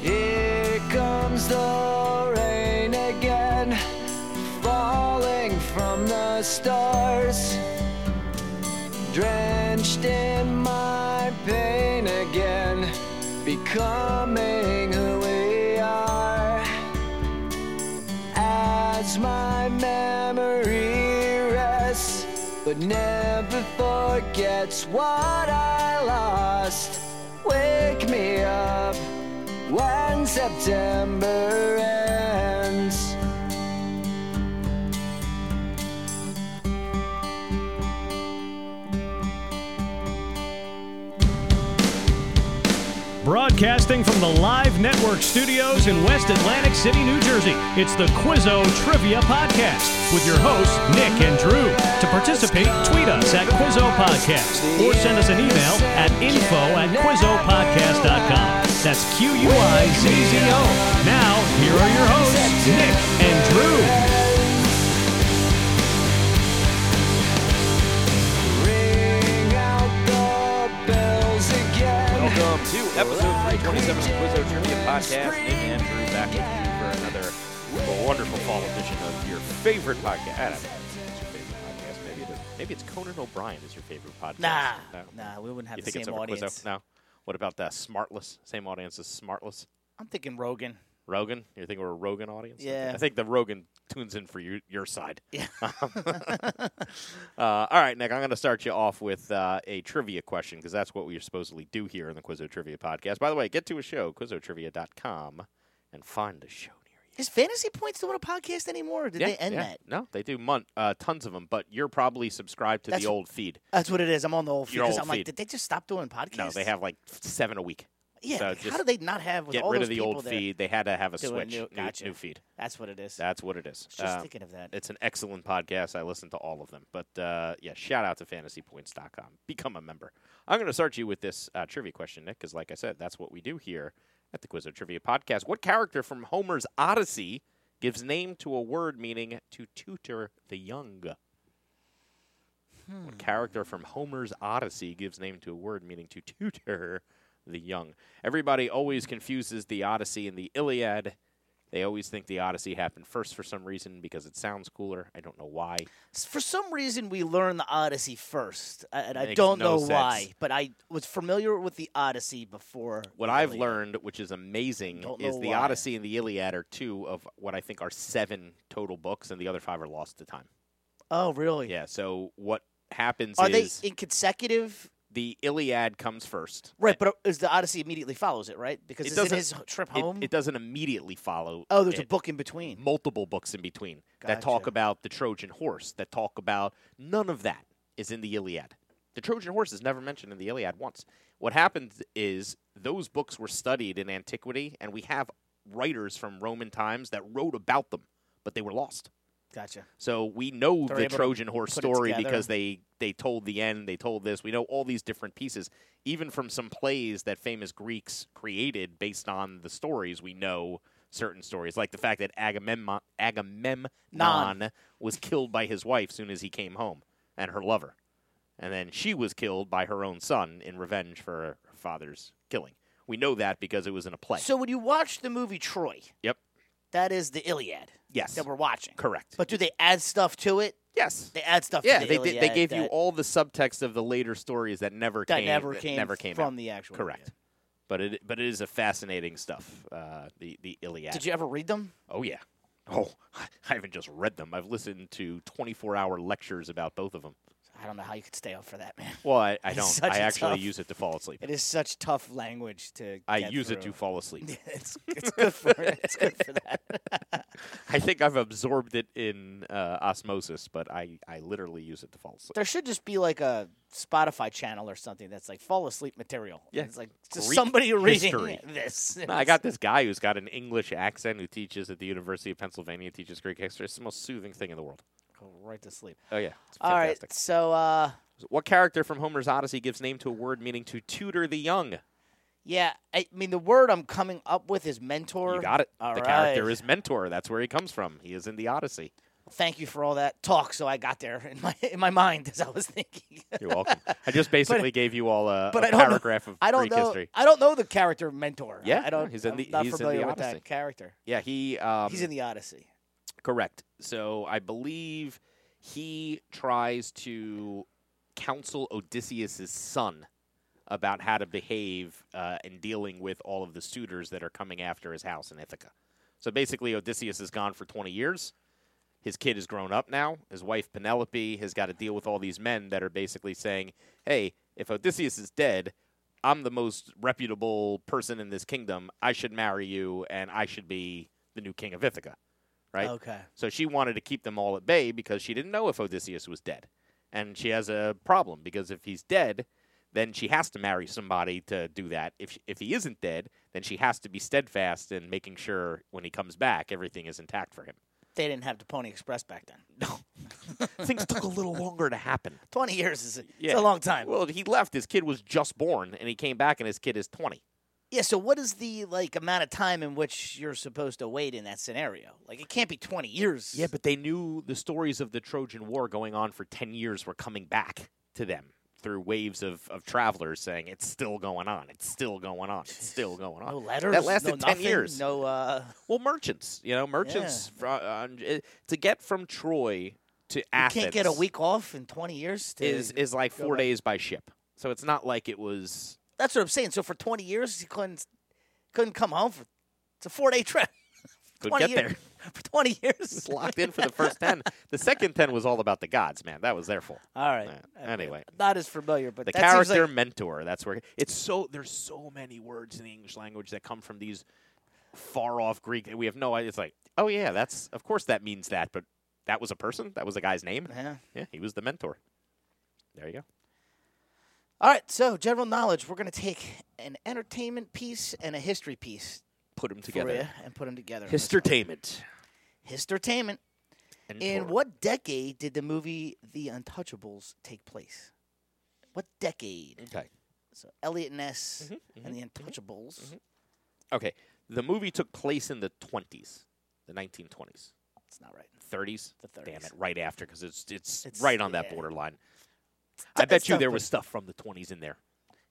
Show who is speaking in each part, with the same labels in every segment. Speaker 1: Here comes the rain again, falling from the stars, drenched in my pain again, becoming who we are. As my memory rests, but never forgets what I lost. Wake me up when September ends.
Speaker 2: Broadcasting from the Live Network studios in West Atlantic City, New Jersey, it's the Quizzo Trivia Podcast with your hosts, Nick and Drew. To participate, tweet us at Quizzo Podcast or send us an email at info at QuizzoPodcast.com. That's Q U I Z Z O. Now, here are your hosts, Nick and Drew.
Speaker 1: Ring out the bells again.
Speaker 3: Welcome to episode 327 of Quizzo Trivia Podcast. Nick and Drew back with you for another wonderful fall edition of your favorite podcast. I don't know. It's your favorite podcast. Maybe it is. Maybe it's Conan O'Brien is your favorite podcast.
Speaker 4: Nah,
Speaker 3: No.
Speaker 4: nah, we wouldn't have
Speaker 3: You
Speaker 4: the
Speaker 3: think it's
Speaker 4: same
Speaker 3: over
Speaker 4: audience.
Speaker 3: Quizzo? No. What about that Smartless? Same audience as Smartless.
Speaker 4: I'm thinking Rogan.
Speaker 3: Rogan? You think we're a Rogan audience?
Speaker 4: Yeah.
Speaker 3: I think the Rogan tunes in for you, your side. Yeah. uh, all right, Nick, I'm going to start you off with uh, a trivia question because that's what we supposedly do here in the Quizzo Trivia podcast. By the way, get to a show, quizzotrivia.com, and find a show near you.
Speaker 4: Is Fantasy Points doing a podcast anymore? Or did they end
Speaker 3: yeah.
Speaker 4: that?
Speaker 3: No, they do mon- uh, tons of them, but you're probably subscribed to
Speaker 4: That's-
Speaker 3: the old feed.
Speaker 4: That's what it is. I'm on the old feed
Speaker 3: Your
Speaker 4: because
Speaker 3: old
Speaker 4: I'm like,
Speaker 3: feed.
Speaker 4: did they just stop doing podcasts?
Speaker 3: No, they have like seven a week.
Speaker 4: Yeah,
Speaker 3: so
Speaker 4: like,
Speaker 3: just
Speaker 4: how do they not have with
Speaker 3: Get
Speaker 4: all
Speaker 3: rid
Speaker 4: those
Speaker 3: of the
Speaker 4: people
Speaker 3: old
Speaker 4: there?
Speaker 3: feed. They had to have a
Speaker 4: doing
Speaker 3: switch,
Speaker 4: new- gotcha.
Speaker 3: new feed.
Speaker 4: That's what it is.
Speaker 3: That's what it is.
Speaker 4: just
Speaker 3: Um,
Speaker 4: thinking of that.
Speaker 3: It's an excellent podcast. I listen to all of them. But uh, yeah, shout out to fantasypoints.com. Become a member. I'm going to start you with this uh, trivia question, Nick, because like I said, that's what we do here at the Quiz of Trivia podcast. What character from Homer's Odyssey gives name to a word meaning to tutor the young? What character from Homer's Odyssey gives name to a word meaning to tutor the young? Everybody always confuses the Odyssey and the Iliad. They always think the Odyssey happened first for some reason because it sounds cooler. I don't know why.
Speaker 4: S- For some reason, we learned the Odyssey first, a- and I
Speaker 3: Makes
Speaker 4: don't
Speaker 3: no
Speaker 4: know
Speaker 3: sense.
Speaker 4: why. But I was familiar with the Odyssey before.
Speaker 3: What
Speaker 4: the
Speaker 3: I've
Speaker 4: Iliad.
Speaker 3: learned, which is amazing,
Speaker 4: Don't
Speaker 3: is
Speaker 4: know
Speaker 3: the
Speaker 4: why.
Speaker 3: Odyssey and the Iliad are two of what I think are seven total books, and the other five are lost to time.
Speaker 4: Oh, really?
Speaker 3: Yeah. So what happens
Speaker 4: Are they
Speaker 3: is
Speaker 4: in consecutive?
Speaker 3: the Iliad comes first.
Speaker 4: Right, but is the Odyssey immediately follows it, right? Because
Speaker 3: It
Speaker 4: it's in
Speaker 3: doesn't-
Speaker 4: his trip
Speaker 3: It,
Speaker 4: home.
Speaker 3: it doesn't immediately follow.
Speaker 4: oh, there's a
Speaker 3: it.
Speaker 4: book in between.
Speaker 3: multiple books in between that talk
Speaker 4: Gotcha.
Speaker 3: about the Trojan horse, that talk about none of that is in the Iliad. The Trojan horse is never mentioned in the Iliad once. What happens is those books were studied in antiquity, and we have writers from Roman times that wrote about them, but they were lost.
Speaker 4: Gotcha.
Speaker 3: So we know
Speaker 4: They're
Speaker 3: the
Speaker 4: able to
Speaker 3: Trojan horse
Speaker 4: put it
Speaker 3: story
Speaker 4: together.
Speaker 3: because they they told the end, they told this. We know all these different pieces, even from some plays that famous Greeks created based on the stories. We know certain stories, like the fact that Agamemnon, Agamemnon was killed by his wife soon as he came home, and her lover, and then she was killed by her own son in revenge for her father's killing. We know that because it was in a play.
Speaker 4: So when you watch the movie Troy,
Speaker 3: yep.
Speaker 4: that is the Iliad
Speaker 3: Yes.
Speaker 4: that we're watching.
Speaker 3: Correct.
Speaker 4: But do they add stuff to it?
Speaker 3: yes.
Speaker 4: They add stuff.
Speaker 3: Yeah,
Speaker 4: to the
Speaker 3: they did. They
Speaker 4: Iliad
Speaker 3: gave you
Speaker 4: that-
Speaker 3: all the subtext of the later stories that never
Speaker 4: that
Speaker 3: came,
Speaker 4: never came
Speaker 3: never came
Speaker 4: from
Speaker 3: out.
Speaker 4: the actual.
Speaker 3: Correct.
Speaker 4: Iliad.
Speaker 3: But it but it is a fascinating stuff. Uh, the the Iliad.
Speaker 4: Did you ever read them?
Speaker 3: Oh yeah. Oh, I haven't just read them. I've listened to twenty four hour lectures about both of them.
Speaker 4: I don't know how you could stay up for that, man.
Speaker 3: Well, I, I
Speaker 4: It's
Speaker 3: don't.
Speaker 4: such
Speaker 3: I
Speaker 4: a
Speaker 3: actually
Speaker 4: tough-
Speaker 3: use it to fall asleep.
Speaker 4: It is such tough language to.
Speaker 3: I
Speaker 4: get
Speaker 3: use it
Speaker 4: through.
Speaker 3: to fall asleep.
Speaker 4: it's, it's good for it's good for that.
Speaker 3: I think I've absorbed it in uh, osmosis, but I, I literally use it to fall asleep.
Speaker 4: There should just be like a Spotify channel or something that's like fall asleep material.
Speaker 3: Yeah,
Speaker 4: it's like just
Speaker 3: Greek
Speaker 4: somebody reading
Speaker 3: history.
Speaker 4: this.
Speaker 3: No, I got this guy who's got an English accent who teaches at the University of Pennsylvania, teaches Greek history. It's the most soothing thing in the world.
Speaker 4: go right to sleep.
Speaker 3: Oh yeah, it's
Speaker 4: All right,
Speaker 3: fantastic.
Speaker 4: so uh,
Speaker 3: What character from Homer's Odyssey gives name to a word meaning to tutor the young?
Speaker 4: yeah, I mean the word I'm coming up with is mentor.
Speaker 3: You got it.
Speaker 4: All
Speaker 3: the character
Speaker 4: right.
Speaker 3: is mentor. That's where he comes from. He is in the Odyssey.
Speaker 4: Thank you for all that talk. So I got there in my in my mind as I was thinking.
Speaker 3: You're welcome. I just basically gave you all a,
Speaker 4: but
Speaker 3: a
Speaker 4: I don't
Speaker 3: paragraph
Speaker 4: know,
Speaker 3: of
Speaker 4: I don't
Speaker 3: Greek
Speaker 4: know.
Speaker 3: history.
Speaker 4: I don't know the character mentor.
Speaker 3: Yeah,
Speaker 4: I don't.
Speaker 3: he's in
Speaker 4: I'm
Speaker 3: the-
Speaker 4: not
Speaker 3: he's in the
Speaker 4: familiar with
Speaker 3: Odyssey.
Speaker 4: that character.
Speaker 3: Yeah, he um,
Speaker 4: He's in the Odyssey.
Speaker 3: Correct. So I believe he tries to counsel Odysseus' son about how to behave uh, in dealing with all of the suitors that are coming after his house in Ithaca. So basically, Odysseus is gone for 20 years. His kid is grown up now. His wife Penelope has got to deal with all these men that are basically saying, hey, if Odysseus is dead, I'm the most reputable person in this kingdom. I should marry you, and I should be the new king of Ithaca. Right?
Speaker 4: Okay.
Speaker 3: So she wanted to keep them all at bay because she didn't know if Odysseus was dead. And she has a problem because if he's dead, then she has to marry somebody to do that. If, if he isn't dead, then she has to be steadfast in making sure when he comes back, everything is intact for him.
Speaker 4: They didn't have the Pony Express back then.
Speaker 3: Things took a little longer to happen.
Speaker 4: Twenty years is a, it's
Speaker 3: Yeah.
Speaker 4: a long time.
Speaker 3: Well, he left. His kid was just born, and he came back, and his kid is 20.
Speaker 4: Yeah, so what is the like amount of time in which you're supposed to wait in that scenario? Like it can't be 20 years.
Speaker 3: Yeah, but they knew the stories of the Trojan War going on for 10 years were coming back to them through waves of, of travelers saying, it's still going on, it's still going on, it's still going on.
Speaker 4: no letters.
Speaker 3: That lasted
Speaker 4: no
Speaker 3: 10
Speaker 4: nothing,
Speaker 3: years.
Speaker 4: No uh
Speaker 3: Well, merchants, you know, merchants, fro- uh, it- to get from Troy to Athens
Speaker 4: can't get a week off in 20 years to
Speaker 3: is, is like
Speaker 4: go
Speaker 3: four
Speaker 4: back.
Speaker 3: days by ship. So it's not like it was
Speaker 4: That's what I'm saying. So for 20 years he couldn't couldn't come home for It's a 4-day trip.
Speaker 3: could
Speaker 4: 20
Speaker 3: get
Speaker 4: years.
Speaker 3: there.
Speaker 4: For 20 years.
Speaker 3: It's locked in for the first 10. The second 10 was all about the gods, man. That was their fault.
Speaker 4: All right.
Speaker 3: Yeah, anyway.
Speaker 4: Not as familiar, but
Speaker 3: the
Speaker 4: that seems
Speaker 3: character
Speaker 4: like,
Speaker 3: mentor that's where it's so there's so many words in the english language that come from these far off greek that we have no idea it's like oh yeah that's of course that means that but that was a person that was a guy's name
Speaker 4: yeah.
Speaker 3: yeah he was the mentor there you go
Speaker 4: All right, so general knowledge, we're going to take an entertainment piece and a history piece
Speaker 3: put them
Speaker 4: for you
Speaker 3: together
Speaker 4: and put them together. in this one.
Speaker 3: histertainment
Speaker 4: Histertainment. In
Speaker 3: Mentor.
Speaker 4: what decade did the movie The Untouchables take place? What decade?
Speaker 3: okay
Speaker 4: So Elliot Ness
Speaker 3: Mm-hmm.
Speaker 4: and The Untouchables.
Speaker 3: okay the movie took place in the 20s the 1920s
Speaker 4: That's not right.
Speaker 3: 30s
Speaker 4: The
Speaker 3: damn
Speaker 4: 30s.
Speaker 3: it right after because it's, it's
Speaker 4: It's-
Speaker 3: right on that
Speaker 4: yeah.
Speaker 3: borderline
Speaker 4: t-
Speaker 3: i bet
Speaker 4: it's
Speaker 3: you
Speaker 4: tough
Speaker 3: there
Speaker 4: to-
Speaker 3: was stuff from the 20s in there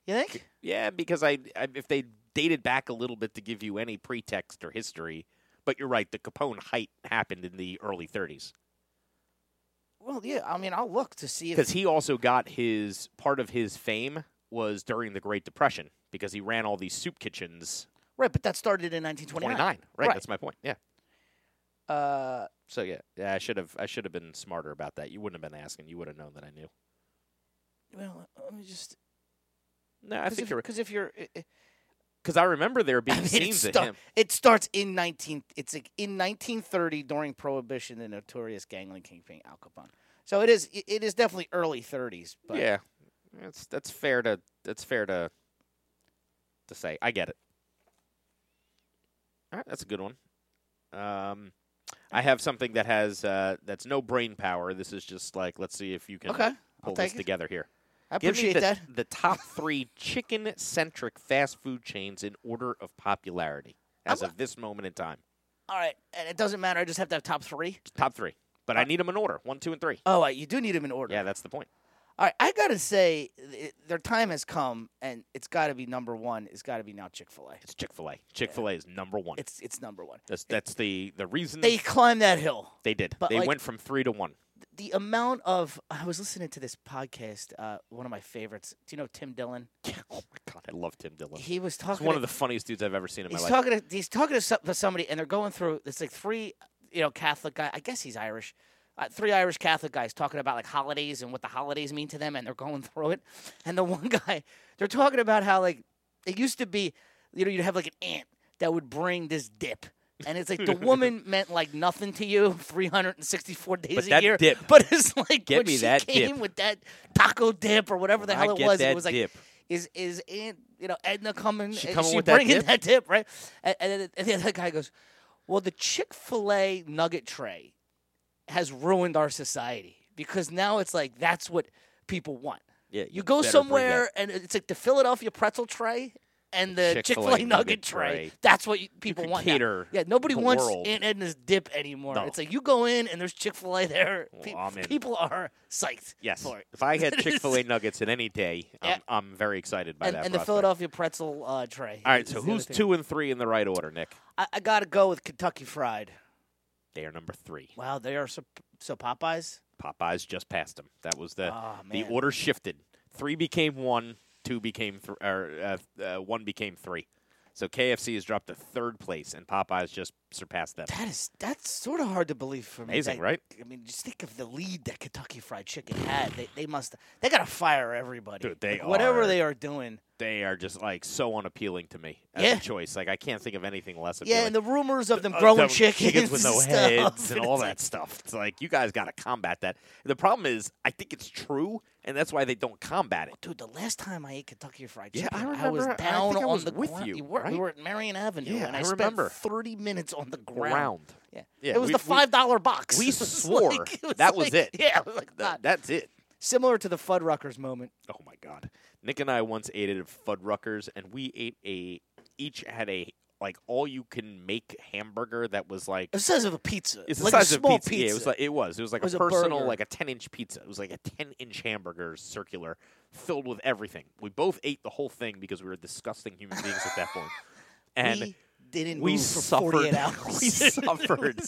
Speaker 4: You think?
Speaker 3: Yeah, because I, I if they dated back a little bit to give you any pretext or history, but you're right. The Capone height happened in the early 30s
Speaker 4: Well, yeah. I mean, I'll look to see if
Speaker 3: because he also got his part of his fame was during the Great Depression because he ran all these soup kitchens.
Speaker 4: right, but that started in 1929.
Speaker 3: 29, right?
Speaker 4: Right.
Speaker 3: That's my point. Yeah.
Speaker 4: Uh,
Speaker 3: So yeah, yeah, I should have I should have been smarter about that. You wouldn't have been asking. You would have known that I knew.
Speaker 4: well, let me just
Speaker 3: No, I
Speaker 4: because
Speaker 3: think
Speaker 4: if,
Speaker 3: you're
Speaker 4: 'cause if you're, i- i-
Speaker 3: because I remember there being
Speaker 4: I mean, it,
Speaker 3: scenes of
Speaker 4: sta-
Speaker 3: him.
Speaker 4: it starts in 19. It's like in 1930 during Prohibition, the notorious gangland kingpin Al Capone. So it is. It, it is definitely early 30s. But
Speaker 3: Yeah, that's that's fair to that's fair to to say. I get it. All right, that's a good one. Um, I have something that has uh, that's no brain power. This is just like let's see if you can
Speaker 4: Okay, I'll
Speaker 3: pull this
Speaker 4: take it.
Speaker 3: together here.
Speaker 4: I
Speaker 3: Give me
Speaker 4: appreciate
Speaker 3: the,
Speaker 4: that.
Speaker 3: the top three chicken-centric fast food chains in order of popularity as of this moment in time.
Speaker 4: All right, and it doesn't matter. I just have to have top three.
Speaker 3: Top three, but I need them in order: one, two, and three.
Speaker 4: Oh, right, you do need them in Uh, order.
Speaker 3: Yeah, that's the point.
Speaker 4: All right, I gotta say, th- their time has come, and it's got to be number one. It's got to be now Chick Fil A.
Speaker 3: It's Chick Fil A. Chick Fil A is number one.
Speaker 4: It's it's number one.
Speaker 3: that's that's the the reason
Speaker 4: They climbed that hill.
Speaker 3: They did.
Speaker 4: But,
Speaker 3: they
Speaker 4: like-
Speaker 3: went from three to one.
Speaker 4: The amount of I was listening to this podcast, uh, one of my favorites. Do you know Tim Dillon?
Speaker 3: Oh my god, I love Tim Dillon. He's
Speaker 4: He was talking.
Speaker 3: one
Speaker 4: to-
Speaker 3: of the funniest dudes I've ever seen in my
Speaker 4: he's
Speaker 3: life.
Speaker 4: talking to he's talking to, some, to somebody, and they're going through. It's like three, you know, Catholic guy. I guess he's Irish. uh, three Irish Catholic guys talking about like holidays and what the holidays mean to them, and they're going through it. And the one guy, they're talking about how like it used to be, you know, you'd have like an aunt that would bring this dip. And it's like the woman meant like nothing to you 364 days
Speaker 5: But
Speaker 4: a
Speaker 5: that
Speaker 4: year.
Speaker 5: dip.
Speaker 4: But it's like
Speaker 5: Get
Speaker 4: when
Speaker 5: me
Speaker 4: she
Speaker 5: that dip.
Speaker 4: came with that taco dip or whatever the
Speaker 5: When I
Speaker 4: hell it
Speaker 5: get
Speaker 4: was,
Speaker 5: that
Speaker 4: it was like
Speaker 5: dip.
Speaker 4: is is Aunt you know Edna coming?
Speaker 5: She
Speaker 4: is
Speaker 5: coming
Speaker 4: she
Speaker 5: with that
Speaker 4: bringing
Speaker 5: dip?
Speaker 4: that dip, right? And, and, then- and the other guy goes, "Well, the Chick Fil A nugget tray has ruined our society because now it's like that's what people want.
Speaker 5: Yeah,
Speaker 4: You
Speaker 5: better
Speaker 4: go
Speaker 5: bring
Speaker 4: somewhere and it's like the Philadelphia pretzel tray." And the Chick
Speaker 3: Chick-fil-A
Speaker 4: Fil A nugget,
Speaker 3: nugget
Speaker 4: tray.
Speaker 3: tray.
Speaker 4: That's what you, people
Speaker 3: could
Speaker 4: want. now.
Speaker 3: cater
Speaker 4: yeah, nobody
Speaker 3: the
Speaker 4: wants
Speaker 3: world.
Speaker 4: Aunt Edna's dip anymore.
Speaker 3: No.
Speaker 4: It's like you go in and there's Chick Fil A there. Pe-
Speaker 3: Well, I'm in.
Speaker 4: people are psyched.
Speaker 3: Yes.
Speaker 4: for it.
Speaker 3: If I had Chick Fil A nuggets in any day,
Speaker 4: Yeah.
Speaker 3: I'm, I'm very excited by
Speaker 4: and,
Speaker 3: that.
Speaker 4: and the
Speaker 3: prospect.
Speaker 4: Philadelphia pretzel uh, tray.
Speaker 3: All right,
Speaker 4: is
Speaker 3: so
Speaker 4: the other
Speaker 3: who's
Speaker 4: thing.
Speaker 3: two and three in the right order, Nick?
Speaker 4: I, I gotta go with Kentucky Fried.
Speaker 3: They are number three.
Speaker 4: Wow, they are so, so Popeyes.
Speaker 3: Popeyes just passed them. That was the
Speaker 4: Aw,
Speaker 3: the
Speaker 4: man.
Speaker 3: order shifted. Three became one. Two became three. Or uh, uh, one became three. So KFC has dropped to third place, and Popeyes just surpassed them.
Speaker 4: That is that's sort of hard to believe for me.
Speaker 3: Amazing,
Speaker 4: that-
Speaker 3: right?
Speaker 4: I mean, just think of the lead that Kentucky Fried Chicken had. They they must they gotta fire everybody.
Speaker 3: Dude, they
Speaker 4: Like, whatever
Speaker 3: are-
Speaker 4: they are doing.
Speaker 3: They are just like so unappealing to me as
Speaker 4: Yeah.
Speaker 3: a choice. Like I can't think of anything less appealing.
Speaker 4: Yeah, and the rumors of them
Speaker 3: Uh,
Speaker 4: growing
Speaker 3: them
Speaker 4: chickens,
Speaker 3: with no
Speaker 4: and stuff,
Speaker 3: heads and all
Speaker 4: it's
Speaker 3: that
Speaker 4: like-
Speaker 3: stuff. It's like you guys got to combat that. The problem is, I think it's true, and that's why they don't combat it.
Speaker 4: Dude, the last time I ate Kentucky Fried
Speaker 3: Yeah,
Speaker 4: Chicken,
Speaker 3: I
Speaker 4: was
Speaker 3: remember- I
Speaker 4: down
Speaker 3: think I
Speaker 4: on
Speaker 3: was
Speaker 4: the
Speaker 3: with
Speaker 4: ground.
Speaker 3: you,
Speaker 4: were, We
Speaker 3: right?
Speaker 4: were at Marion Avenue,
Speaker 3: Yeah,
Speaker 4: and I,
Speaker 3: I
Speaker 4: spent
Speaker 3: remember.
Speaker 4: thirty minutes on the ground.
Speaker 3: Ground.
Speaker 4: Yeah.
Speaker 3: Yeah,
Speaker 4: it was
Speaker 3: we-
Speaker 4: the
Speaker 3: we-
Speaker 4: five dollar box.
Speaker 3: we
Speaker 4: It was
Speaker 3: swore
Speaker 4: like- it
Speaker 3: that was
Speaker 4: like-
Speaker 3: it.
Speaker 4: Yeah, it was like
Speaker 3: Th-
Speaker 4: that.
Speaker 3: that's it.
Speaker 4: Similar to the Fuddruckers moment.
Speaker 3: Oh my god. Nick and I once ate at Fuddruckers and we ate a each had a like all you can make hamburger that was like
Speaker 4: It was the size of a pizza.
Speaker 3: it's the
Speaker 4: like
Speaker 3: size
Speaker 4: a small
Speaker 3: of pizza. Yeah, it was like it was. It was like
Speaker 4: was
Speaker 3: a
Speaker 4: a
Speaker 3: personal
Speaker 4: burger.
Speaker 3: like a 10-inch pizza. It was like a 10-inch hamburger circular filled with everything. We both ate the whole thing because we were disgusting human beings at that point. And
Speaker 4: we didn't
Speaker 3: we
Speaker 4: move for
Speaker 3: suffered.
Speaker 4: 48 hours.
Speaker 3: we suffered.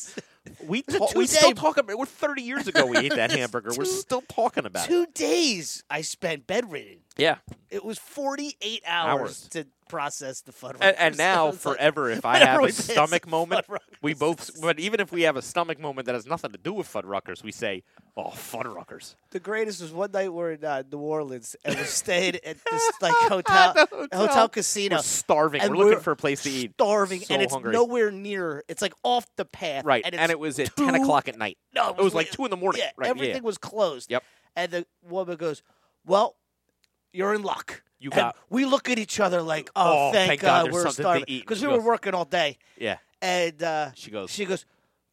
Speaker 3: We
Speaker 4: was a
Speaker 3: ta- we still
Speaker 4: two-day-
Speaker 3: talk about. We're 30 years ago. We ate that hamburger. we we're
Speaker 4: two-
Speaker 3: still talking about it.
Speaker 4: Two days I spent bedridden.
Speaker 3: Yeah,
Speaker 4: It was 48 hours,
Speaker 3: Hours.
Speaker 4: to process the Fuddruckers.
Speaker 3: and, and
Speaker 4: I
Speaker 3: now
Speaker 4: was like,
Speaker 3: forever if i
Speaker 4: whenever
Speaker 3: have
Speaker 4: we
Speaker 3: a
Speaker 4: say
Speaker 3: stomach
Speaker 4: Fuddruckers,
Speaker 3: moment we both but even if we have a stomach moment that has nothing to do with fuddruckers we say oh fuddruckers
Speaker 4: The greatest was one night we're in uh, New Orleans and we stayed at this like hotel hotel.
Speaker 3: hotel.
Speaker 4: casino.
Speaker 3: we're starving
Speaker 4: and
Speaker 3: we're looking
Speaker 4: we're
Speaker 3: for a place to eat
Speaker 4: starving
Speaker 3: so
Speaker 4: and it's
Speaker 3: hungry.
Speaker 4: nowhere near. It's like off the path.
Speaker 3: right
Speaker 4: and,
Speaker 3: and,
Speaker 4: it's
Speaker 3: it was at
Speaker 4: two-
Speaker 3: 10 o'clock at night
Speaker 4: No,
Speaker 3: it was like
Speaker 4: late.
Speaker 3: 2 in the morning
Speaker 4: Yeah,
Speaker 3: right
Speaker 4: everything was closed.
Speaker 3: Yep.
Speaker 4: And the woman goes, "Well, you're in luck."
Speaker 3: You
Speaker 4: And
Speaker 3: got-
Speaker 4: we look at each other like, "Oh,
Speaker 3: Oh,
Speaker 4: thank,
Speaker 3: thank God
Speaker 4: God,
Speaker 3: there's
Speaker 4: we're
Speaker 3: something to
Speaker 4: starving,"
Speaker 3: eat.
Speaker 4: because
Speaker 3: She
Speaker 4: we were
Speaker 3: goes-
Speaker 4: working all day.
Speaker 3: yeah, yeah.
Speaker 4: And uh,
Speaker 3: She goes-
Speaker 4: she goes,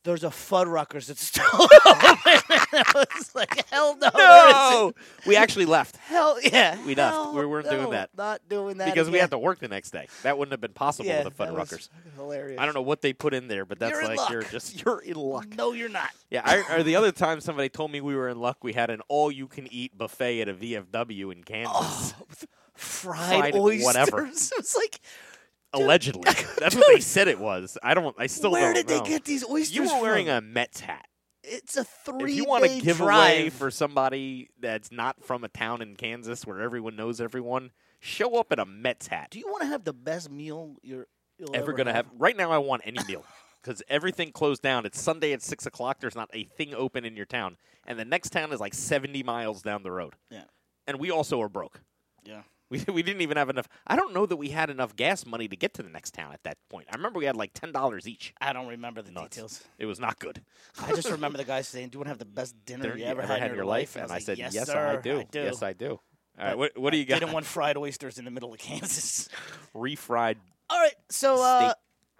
Speaker 4: "There's a Fuddruckers that's still." I was like, "Hell no!" there
Speaker 3: no we actually left
Speaker 4: isn't. hell yeah,
Speaker 3: We left.
Speaker 4: Hell
Speaker 3: We weren't doing
Speaker 4: no,
Speaker 3: that.
Speaker 4: Not doing that
Speaker 3: because we
Speaker 4: again.
Speaker 3: had to work the next day that wouldn't have been possible
Speaker 4: Yeah,
Speaker 3: with the
Speaker 4: that was
Speaker 3: fuddruckers
Speaker 4: fucking hilarious.
Speaker 3: i don't know what they put in there but that's
Speaker 4: You're in
Speaker 3: like
Speaker 4: luck. Mm.
Speaker 3: you're just you're in luck
Speaker 4: No, you're not.
Speaker 3: Yeah, I, or the other time somebody told me we were in luck, we had an all-you-can-eat buffet at a VFW in Kansas,
Speaker 4: Oh, Fried,
Speaker 3: Fried
Speaker 4: oysters.
Speaker 3: whatever.
Speaker 4: it was like,
Speaker 3: allegedly. That's what they said it was. I don't. I still
Speaker 4: where
Speaker 3: don't
Speaker 4: did
Speaker 3: know.
Speaker 4: they get these oysters?
Speaker 3: You were wearing
Speaker 4: from?
Speaker 3: a Mets hat.
Speaker 4: It's a three.
Speaker 3: If you
Speaker 4: want
Speaker 3: want
Speaker 4: to
Speaker 3: a giveaway
Speaker 4: drive.
Speaker 3: for somebody that's not from a town in Kansas where everyone knows everyone, show up in a Mets hat.
Speaker 4: do you want to have the best meal you're you'll
Speaker 3: ever
Speaker 4: ever
Speaker 3: gonna have? Right now, I want any meal because everything closed down. It's Sunday at six o'clock. There's not a thing open in your town, and the next town is like seventy miles down the road.
Speaker 4: Yeah.
Speaker 3: and we also are broke.
Speaker 4: Yeah.
Speaker 3: We, we didn't even have enough. I don't know that we had enough gas money to get to the next town at that point. I remember we had like ten dollars each.
Speaker 4: I don't remember the
Speaker 3: Nuts.
Speaker 4: details.
Speaker 3: It was not good.
Speaker 4: I just remember the guy saying, "Do you want to have the best dinner
Speaker 3: Dinner
Speaker 4: you ever had in your life?"
Speaker 3: And I,
Speaker 4: was
Speaker 3: said,
Speaker 4: like,
Speaker 3: "Yes,
Speaker 4: "Yes,
Speaker 3: I,
Speaker 4: sir,
Speaker 3: do. Yes, I do." All right, what, what do you
Speaker 4: I
Speaker 3: got?
Speaker 4: Didn't want fried oysters in the middle of Kansas.
Speaker 3: refried.
Speaker 4: All right, so uh,
Speaker 3: Steak.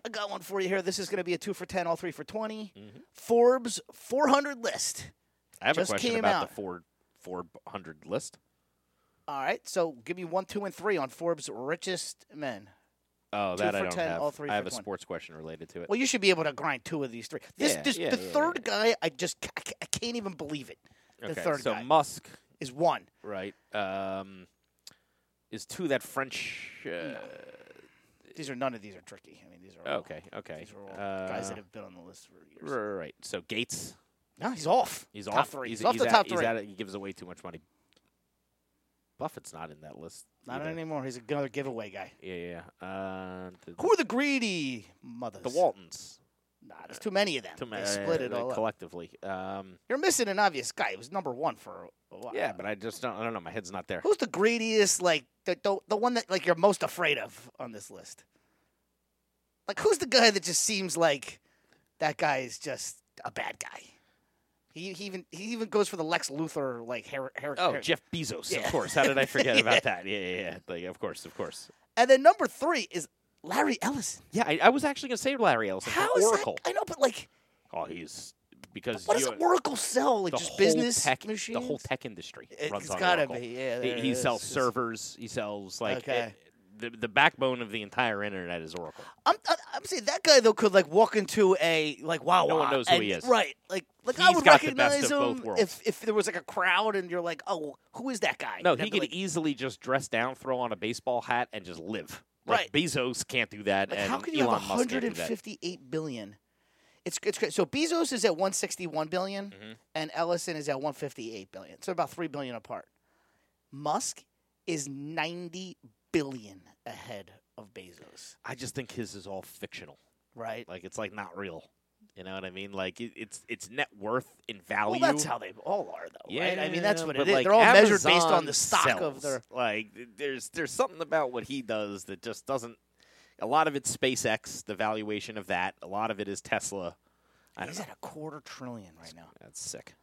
Speaker 4: I got one for you here. This is going to be a two for ten, all three for 20
Speaker 3: Mm-hmm.
Speaker 4: Forbes 400 list.
Speaker 3: I have a
Speaker 4: Just
Speaker 3: question
Speaker 4: came
Speaker 3: about the
Speaker 4: out.
Speaker 3: Ford four hundred list.
Speaker 4: All right, so give me one, two, and three on Forbes richest men.
Speaker 3: Oh,
Speaker 4: Two
Speaker 3: that I
Speaker 4: for
Speaker 3: don't
Speaker 4: 10,
Speaker 3: have.
Speaker 4: all three
Speaker 3: I
Speaker 4: for
Speaker 3: have a
Speaker 4: 20.
Speaker 3: sports question related to it.
Speaker 4: Well, you should be able to grind two of these three. This,
Speaker 3: Yeah,
Speaker 4: this
Speaker 3: yeah,
Speaker 4: the
Speaker 3: yeah, yeah,
Speaker 4: third guy. I just c- I, ca- I can't even believe it. The
Speaker 3: okay,
Speaker 4: third
Speaker 3: so
Speaker 4: guy
Speaker 3: Musk,
Speaker 4: is one.
Speaker 3: right? Um, is two that French? Uh,
Speaker 4: These are none of these are tricky. I mean, these are all,
Speaker 3: Okay, okay.
Speaker 4: These are all
Speaker 3: uh,
Speaker 4: guys that have been on the list for years.
Speaker 3: right. So Gates.
Speaker 4: No, he's off.
Speaker 3: He's
Speaker 4: top
Speaker 3: off.
Speaker 4: three.
Speaker 3: He's,
Speaker 4: He's, off
Speaker 3: he's
Speaker 4: the
Speaker 3: at-
Speaker 4: top
Speaker 3: he's
Speaker 4: three.
Speaker 3: at it. he gives away too much money. Buffett's not in that list.
Speaker 4: Not
Speaker 3: either.
Speaker 4: anymore. He's another giveaway guy.
Speaker 3: Yeah, yeah. yeah. Uh, the,
Speaker 4: Who are the greedy mothers?
Speaker 3: the Waltons.
Speaker 4: Nah, It's too many of them.
Speaker 3: To ma-
Speaker 4: they split
Speaker 3: uh,
Speaker 4: it
Speaker 3: uh,
Speaker 4: all up.
Speaker 3: collectively. Um,
Speaker 4: You're missing an obvious guy. He was number one for a while.
Speaker 3: yeah, but I just don't. I don't know. My head's not there.
Speaker 4: who's the greediest? Like the, the the one that like you're most afraid of on this list. Like who's the guy that just seems like that guy is just a bad guy. He, he even he even goes for the Lex Luthor like hair hair.
Speaker 3: Oh,
Speaker 4: hair-
Speaker 3: Jeff Bezos,
Speaker 4: Yeah.
Speaker 3: of course. How did I forget about that? Yeah, yeah, yeah. Like, of course, of course.
Speaker 4: And then number three is Larry Ellison.
Speaker 3: Yeah, I, I was actually gonna say Larry Ellison. for
Speaker 4: How is
Speaker 3: Oracle?
Speaker 4: that? I know, but like,
Speaker 3: Oh, he's because
Speaker 4: what does
Speaker 3: you-
Speaker 4: Oracle sell? Like
Speaker 3: the
Speaker 4: just
Speaker 3: whole
Speaker 4: business
Speaker 3: tech,
Speaker 4: machines.
Speaker 3: The whole tech industry
Speaker 4: It-
Speaker 3: runs
Speaker 4: it's
Speaker 3: on
Speaker 4: gotta
Speaker 3: Oracle.
Speaker 4: be, yeah,
Speaker 3: He,
Speaker 4: there
Speaker 3: he
Speaker 4: is.
Speaker 3: sells
Speaker 4: It's-
Speaker 3: servers. He sells like
Speaker 4: Okay.
Speaker 3: it- the the backbone of the entire internet is Oracle.
Speaker 4: I'm, I- I'm saying that guy though could like walk into a like wow.
Speaker 3: No one knows who he is.
Speaker 4: Right. Like like I
Speaker 3: He's
Speaker 4: would
Speaker 3: got the best
Speaker 4: recognize
Speaker 3: of both
Speaker 4: him
Speaker 3: worlds.
Speaker 4: if if there was like a crowd and you're like oh who is that guy?
Speaker 3: No,
Speaker 4: And I'd
Speaker 3: he
Speaker 4: be
Speaker 3: could
Speaker 4: like,
Speaker 3: easily just dress down, throw on a baseball hat, and just live. Like,
Speaker 4: Right.
Speaker 3: Bezos can't do that.
Speaker 4: like
Speaker 3: and
Speaker 4: how can you
Speaker 3: Elon
Speaker 4: have
Speaker 3: Musk can't do that.
Speaker 4: 158 billion? It's it's crazy. So Bezos is at 161 billion
Speaker 3: Mhm.
Speaker 4: and Ellison is at 158 billion. So about three billion apart. Musk is 90 billion ahead of Bezos.
Speaker 3: I just think his is all fictional.
Speaker 4: Right.
Speaker 3: Like it's like not real. You know what I mean? Like it, it's it's net worth in value.
Speaker 4: Well, that's how they all are, though, right? I mean, that's
Speaker 3: Yeah,
Speaker 4: what
Speaker 3: but,
Speaker 4: it is.
Speaker 3: like,
Speaker 4: They're all measured based on
Speaker 3: Amazon
Speaker 4: the stock of
Speaker 3: sells.
Speaker 4: their.
Speaker 3: Like, th- there's there's something about what he does that just doesn't. A lot of it's SpaceX, the valuation of that. A lot of it is Tesla. I don't
Speaker 4: He's
Speaker 3: know.
Speaker 4: at a quarter trillion right now.
Speaker 3: That's sick.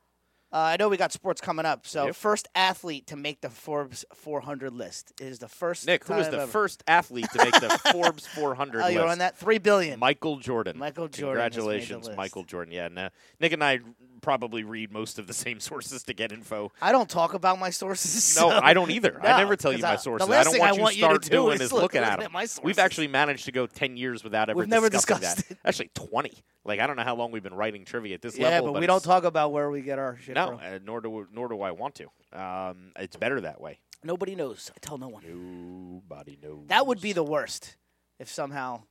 Speaker 4: Uh, I know we got sports coming up. So
Speaker 3: Yep.
Speaker 4: first athlete to make the Forbes 400 list It is the first.
Speaker 3: Nick, who was
Speaker 4: time
Speaker 3: the
Speaker 4: ever-
Speaker 3: first athlete to make the Forbes 400
Speaker 4: Oh,
Speaker 3: list?
Speaker 4: you're on that three billion.
Speaker 3: Michael Jordan.
Speaker 4: Michael Jordan has made the
Speaker 3: Congratulations,
Speaker 4: list.
Speaker 3: Michael Jordan. Yeah, no, Nick and I probably read most of the same sources to get info.
Speaker 4: I don't talk about my sources.
Speaker 3: No,
Speaker 4: so-
Speaker 3: I don't either. I
Speaker 4: No,
Speaker 3: never tell you
Speaker 4: 'cause
Speaker 3: my
Speaker 4: I- the
Speaker 3: sources.
Speaker 4: last
Speaker 3: I don't
Speaker 4: thing
Speaker 3: want
Speaker 4: I
Speaker 3: you
Speaker 4: want
Speaker 3: to
Speaker 4: you to
Speaker 3: start
Speaker 4: do
Speaker 3: doing
Speaker 4: is
Speaker 3: is
Speaker 4: look-
Speaker 3: looking
Speaker 4: look
Speaker 3: at
Speaker 4: at
Speaker 3: them.
Speaker 4: my
Speaker 3: We've
Speaker 4: sources.
Speaker 3: actually managed to go ten years without ever
Speaker 4: We've never
Speaker 3: discussing that.
Speaker 4: discussed it.
Speaker 3: Actually, twenty. Like I don't know how long we've been writing trivia at this
Speaker 4: Yeah,
Speaker 3: level,
Speaker 4: but, we don't
Speaker 3: it's-
Speaker 4: talk about where we get our shit
Speaker 3: No,
Speaker 4: from.
Speaker 3: uh, nor do nor do I want to. Um, it's better that way.
Speaker 4: Nobody knows. I tell no one.
Speaker 3: Nobody knows.
Speaker 4: That would be the worst if somehow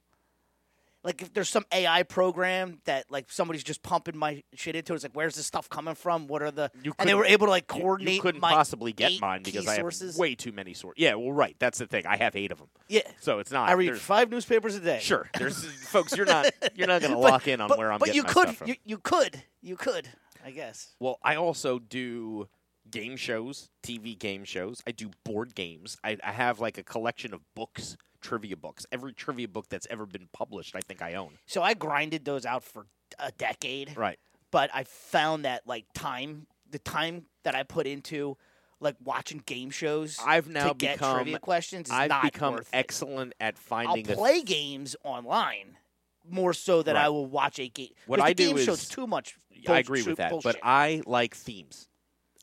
Speaker 4: like if there's some AI program that like somebody's just pumping my shit into it's like where's this stuff coming from? What are the
Speaker 3: You
Speaker 4: and they
Speaker 3: couldn't-
Speaker 4: were able to like
Speaker 3: You-
Speaker 4: coordinate
Speaker 3: You couldn't
Speaker 4: my
Speaker 3: possibly get
Speaker 4: eight
Speaker 3: mine
Speaker 4: key
Speaker 3: because I have
Speaker 4: sources?
Speaker 3: way too many sources. Yeah, well, right. That's the thing. I have eight of them,
Speaker 4: Yeah.
Speaker 3: so it's not.
Speaker 4: I read
Speaker 3: there's-
Speaker 4: five newspapers a day.
Speaker 3: Sure, there's folks. You're not. You're not going to
Speaker 4: But-
Speaker 3: lock in on
Speaker 4: but,
Speaker 3: where I'm.
Speaker 4: But
Speaker 3: getting
Speaker 4: you
Speaker 3: my
Speaker 4: could
Speaker 3: stuff from.
Speaker 4: you you could. You could, I guess.
Speaker 3: Well, I also do game shows, TV game shows. I do board games. I, I have like a collection of books, trivia books. Every trivia book that's ever been published, I think I own.
Speaker 4: So I grinded those out for a decade.
Speaker 3: Right.
Speaker 4: but I found that like time, the time that I put into like watching game shows,
Speaker 3: I've now
Speaker 4: to get
Speaker 3: become-
Speaker 4: trivia questions. Is
Speaker 3: I've
Speaker 4: not
Speaker 3: become
Speaker 4: worth it.
Speaker 3: excellent at
Speaker 4: I'll
Speaker 3: finding. a-
Speaker 4: play games online more so than
Speaker 3: Right.
Speaker 4: I will watch a game.
Speaker 3: What
Speaker 4: 'cause
Speaker 3: I
Speaker 4: the
Speaker 3: do
Speaker 4: game
Speaker 3: is-
Speaker 4: shows too much.
Speaker 3: I
Speaker 4: bull-
Speaker 3: agree
Speaker 4: shoot
Speaker 3: with that,
Speaker 4: bullshit.
Speaker 3: but I like themes.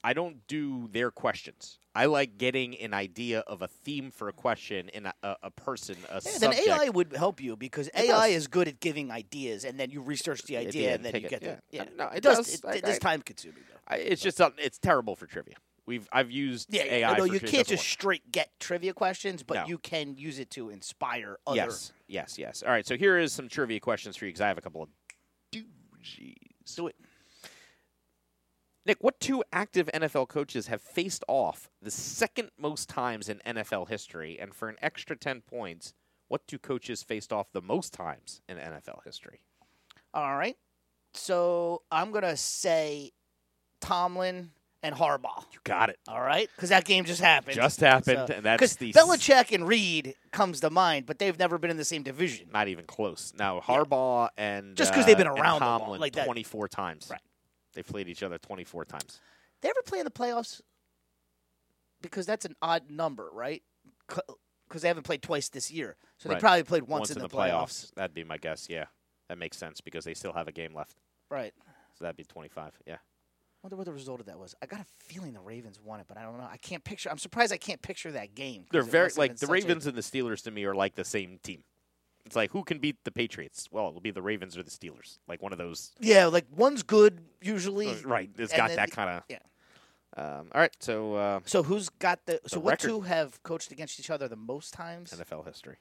Speaker 3: I don't do their questions. I like getting an idea of a theme for a question and a, a, a person, a
Speaker 4: Yeah, then
Speaker 3: subject.
Speaker 4: AI would help you because AI
Speaker 3: does.
Speaker 4: is good at giving ideas, and then you research the
Speaker 3: the
Speaker 4: idea,
Speaker 3: end,
Speaker 4: and then
Speaker 3: take
Speaker 4: you
Speaker 3: it,
Speaker 4: get the
Speaker 3: yeah.
Speaker 4: yeah.
Speaker 3: No, it does.
Speaker 4: It,
Speaker 3: I-
Speaker 4: it is
Speaker 3: I-
Speaker 4: time consuming though.
Speaker 3: I, it's just something. It's terrible for trivia. We've I've used
Speaker 4: Yeah,
Speaker 3: AI.
Speaker 4: no,
Speaker 3: for trivia.
Speaker 4: you
Speaker 3: It
Speaker 4: can't
Speaker 3: doesn't
Speaker 4: just
Speaker 3: work.
Speaker 4: straight get trivia questions, but
Speaker 3: No.
Speaker 4: you can use it to inspire other.
Speaker 3: Yes, yes, yes. All right, so here is some trivia questions for you because I have a couple of doogies. Do it. Nick, what two active NFL coaches have faced off the second most times in NFL history? And for an extra 10 points, what two coaches faced off the most times in NFL history?
Speaker 4: All right. So I'm going to say Tomlin and Harbaugh.
Speaker 3: You got it.
Speaker 4: All right. Because that game just happened.
Speaker 3: Just happened, and that's
Speaker 4: Because
Speaker 3: the-
Speaker 4: Belichick and Reed comes to mind, but they've never been in the same division.
Speaker 3: Not even close. Now, Harbaugh and.
Speaker 4: Just 'cause they've
Speaker 3: uh,
Speaker 4: been
Speaker 3: and
Speaker 4: around the long-
Speaker 3: Tomlin
Speaker 4: like that.
Speaker 3: 24 times.
Speaker 4: Right.
Speaker 3: They played each other 24 times.
Speaker 4: They ever play in the playoffs? Because that's an odd number, right? Because they haven't played twice this year. So
Speaker 3: Right.
Speaker 4: they probably played once, in, the, playoffs.
Speaker 3: That'd be my guess, yeah. That makes sense because they still have a game left.
Speaker 4: Right.
Speaker 3: So that'd be 25. Yeah.
Speaker 4: wonder what the result of that was. I got a feeling the Ravens won it, but I don't know. I can't picture. I'm surprised I can't picture that game. 'cause
Speaker 3: They're
Speaker 4: it
Speaker 3: very
Speaker 4: must have
Speaker 3: like
Speaker 4: been
Speaker 3: the
Speaker 4: such a-
Speaker 3: Ravens and the Steelers to me are like the same team. It's like who can beat the Patriots? Well, it'll be the Ravens or the Steelers. Like one of those. uh,
Speaker 4: Yeah, like one's good usually.
Speaker 3: Right. It's
Speaker 4: and
Speaker 3: got
Speaker 4: then
Speaker 3: that
Speaker 4: the-
Speaker 3: kind of.
Speaker 4: yeah.
Speaker 3: Um, all right. So uh,
Speaker 4: So who's got the? So what
Speaker 3: record.
Speaker 4: two have coached against each other the most times?
Speaker 3: NFL history.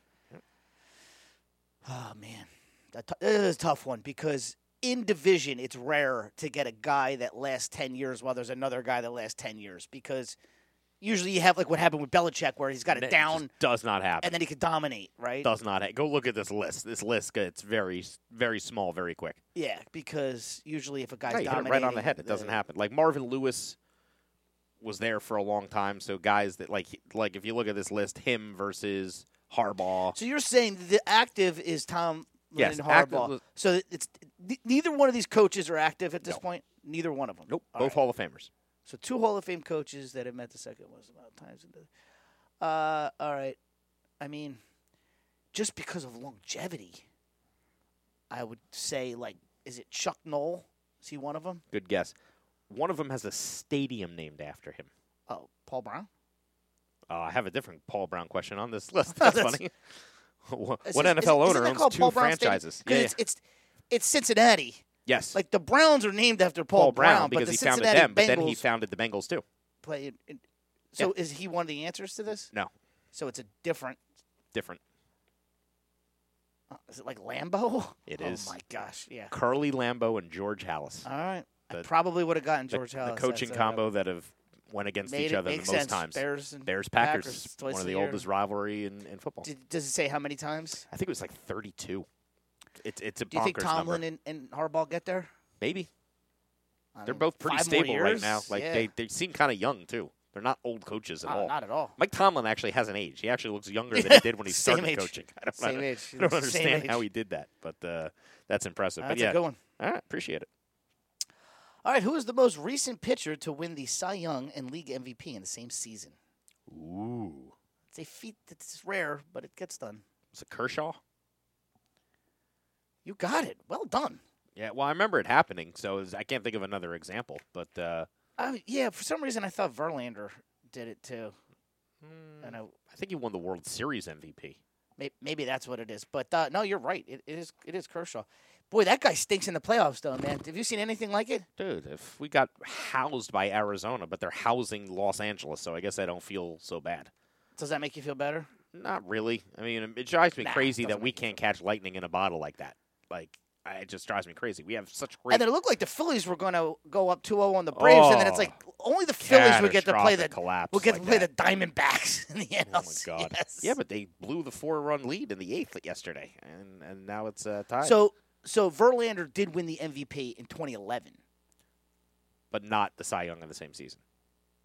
Speaker 4: Oh man, that tou- that is a tough one because in division it's rare to get a guy that lasts ten years while there's another guy that lasts ten years because usually you have like what happened with Belichick, where he's got it
Speaker 3: It
Speaker 4: down
Speaker 3: just does not happen.
Speaker 4: and then he could dominate, right?
Speaker 3: does not. Ha- Go look at this list. This list gets very, very small, very quick.
Speaker 4: Yeah, because usually if a guy's
Speaker 3: Yeah, you hit it
Speaker 4: dominating,
Speaker 3: right on the head. It doesn't happen. Like Marvin Lewis was there for a long time, so guys that like like if you look at this list, him versus Harbaugh.
Speaker 4: So you're saying the active is Tom
Speaker 3: Yes,
Speaker 4: Lennon
Speaker 3: active
Speaker 4: Harbaugh.
Speaker 3: was-
Speaker 4: so that it's ne- neither one of these coaches are active at this point. Neither one of them.
Speaker 3: Nope,
Speaker 4: All
Speaker 3: both
Speaker 4: right.
Speaker 3: Hall of Famers.
Speaker 4: So two Hall of Fame coaches that have met the second most amount of times. in the- Uh, all right. I mean, just because of longevity, I would say like, is it Chuck Knoll? Is he one of them?
Speaker 3: Good guess. One of them has a stadium named after him.
Speaker 4: Oh, Paul Brown.
Speaker 3: Uh, I have a different Paul Brown question on this list. That's,
Speaker 4: That's-
Speaker 3: funny. Wha-
Speaker 4: Is
Speaker 3: what
Speaker 4: this-
Speaker 3: NFL
Speaker 4: is- isn't
Speaker 3: owner
Speaker 4: that
Speaker 3: owns
Speaker 4: called
Speaker 3: two
Speaker 4: Paul Brown Stadium?
Speaker 3: franchises?
Speaker 4: 'Cause
Speaker 3: Yeah,
Speaker 4: it's, it's it's Cincinnati.
Speaker 3: yeah. yes.
Speaker 4: Like the Browns are named after Paul,
Speaker 3: Paul Brown,
Speaker 4: but
Speaker 3: because
Speaker 4: the
Speaker 3: he founded
Speaker 4: Cincinnati
Speaker 3: them, but then he
Speaker 4: Bengals
Speaker 3: founded the Bengals too.
Speaker 4: played. In, so is he one of the answers to this?
Speaker 3: No,
Speaker 4: So it's a different.
Speaker 3: different.
Speaker 4: uh, Is it like Lambo?
Speaker 3: It
Speaker 4: oh
Speaker 3: is.
Speaker 4: my gosh! Yeah.
Speaker 3: Curly Lambeau and George Hallis.
Speaker 4: All right. I
Speaker 3: The-
Speaker 4: probably would have gotten
Speaker 3: The-
Speaker 4: Uh, George
Speaker 3: the,
Speaker 4: Hallis.
Speaker 3: coaching
Speaker 4: That's, uh,
Speaker 3: combo that have went against
Speaker 4: made
Speaker 3: each
Speaker 4: it
Speaker 3: other the
Speaker 4: make
Speaker 3: most
Speaker 4: sense.
Speaker 3: times.
Speaker 4: Bears and
Speaker 3: Bears Packers,
Speaker 4: Packers,
Speaker 3: is
Speaker 4: twice
Speaker 3: one
Speaker 4: a
Speaker 3: of the
Speaker 4: year.
Speaker 3: oldest rivalry in, in football.
Speaker 4: Did, does it say how many times?
Speaker 3: I think it was like 32. It's it's a
Speaker 4: Do you think
Speaker 3: bonkers
Speaker 4: Tomlin
Speaker 3: number.
Speaker 4: and, and Harbaugh get there?
Speaker 3: Maybe
Speaker 4: I
Speaker 3: they're
Speaker 4: mean,
Speaker 3: both pretty
Speaker 4: five more
Speaker 3: stable right
Speaker 4: years?
Speaker 3: now. Like
Speaker 4: Yeah.
Speaker 3: they they seem kind of young too. They're not old coaches at
Speaker 4: Uh,
Speaker 3: all.
Speaker 4: Not at all.
Speaker 3: Mike Tomlin actually has an age. He actually looks younger than he did when he
Speaker 4: Same
Speaker 3: started
Speaker 4: age.
Speaker 3: coaching. I don't,
Speaker 4: Same
Speaker 3: I,
Speaker 4: age. He
Speaker 3: I don't
Speaker 4: looks the same
Speaker 3: understand how
Speaker 4: age.
Speaker 3: he did that, but uh, that's impressive.
Speaker 4: Uh,
Speaker 3: but
Speaker 4: That's
Speaker 3: yeah,
Speaker 4: a good one.
Speaker 3: all right, appreciate it.
Speaker 4: All right, who is the most recent pitcher to win the Cy Young and league MVP in the same season?
Speaker 3: Ooh,
Speaker 4: It's a feat that's rare, but it gets done.
Speaker 3: was it Kershaw?
Speaker 4: You got it. Well done.
Speaker 3: Yeah, well, I remember it happening, so it was- I can't think of another example. But uh,
Speaker 4: Uh, yeah, for some reason I thought Verlander did it too,
Speaker 3: Hmm.
Speaker 4: and I,
Speaker 3: I think he won the World Series MVP.
Speaker 4: may, maybe that's what it is. But uh, no, you're right. It, it is. It is Kershaw. Boy, that guy stinks in the playoffs, though, man. Have you seen anything like it?
Speaker 3: Dude, if we got housed by Arizona, but they're housing Los Angeles, so I guess I don't feel so bad.
Speaker 4: Does that make you feel better?
Speaker 3: Not really. I mean, it drives me
Speaker 4: Nah,
Speaker 3: crazy
Speaker 4: doesn't
Speaker 3: that we
Speaker 4: make you
Speaker 3: can't catch lightning in a bottle like that. Like, I, it just drives me crazy. We have such great.
Speaker 4: And then it looked like the Phillies were going to go up 2-0 on the Braves, and then it's
Speaker 3: Oh.
Speaker 4: like only the Phillies would get to play the
Speaker 3: Catastrophic collapse
Speaker 4: would get to
Speaker 3: like
Speaker 4: play
Speaker 3: that.
Speaker 4: the Diamondbacks in the
Speaker 3: oh
Speaker 4: NLCS.
Speaker 3: my god! Yeah, but they blew the four-run lead in the eighth yesterday, and and now it's uh, tied.
Speaker 4: so so Verlander did win the MVP in 2011.
Speaker 3: but not the Cy Young in the same season.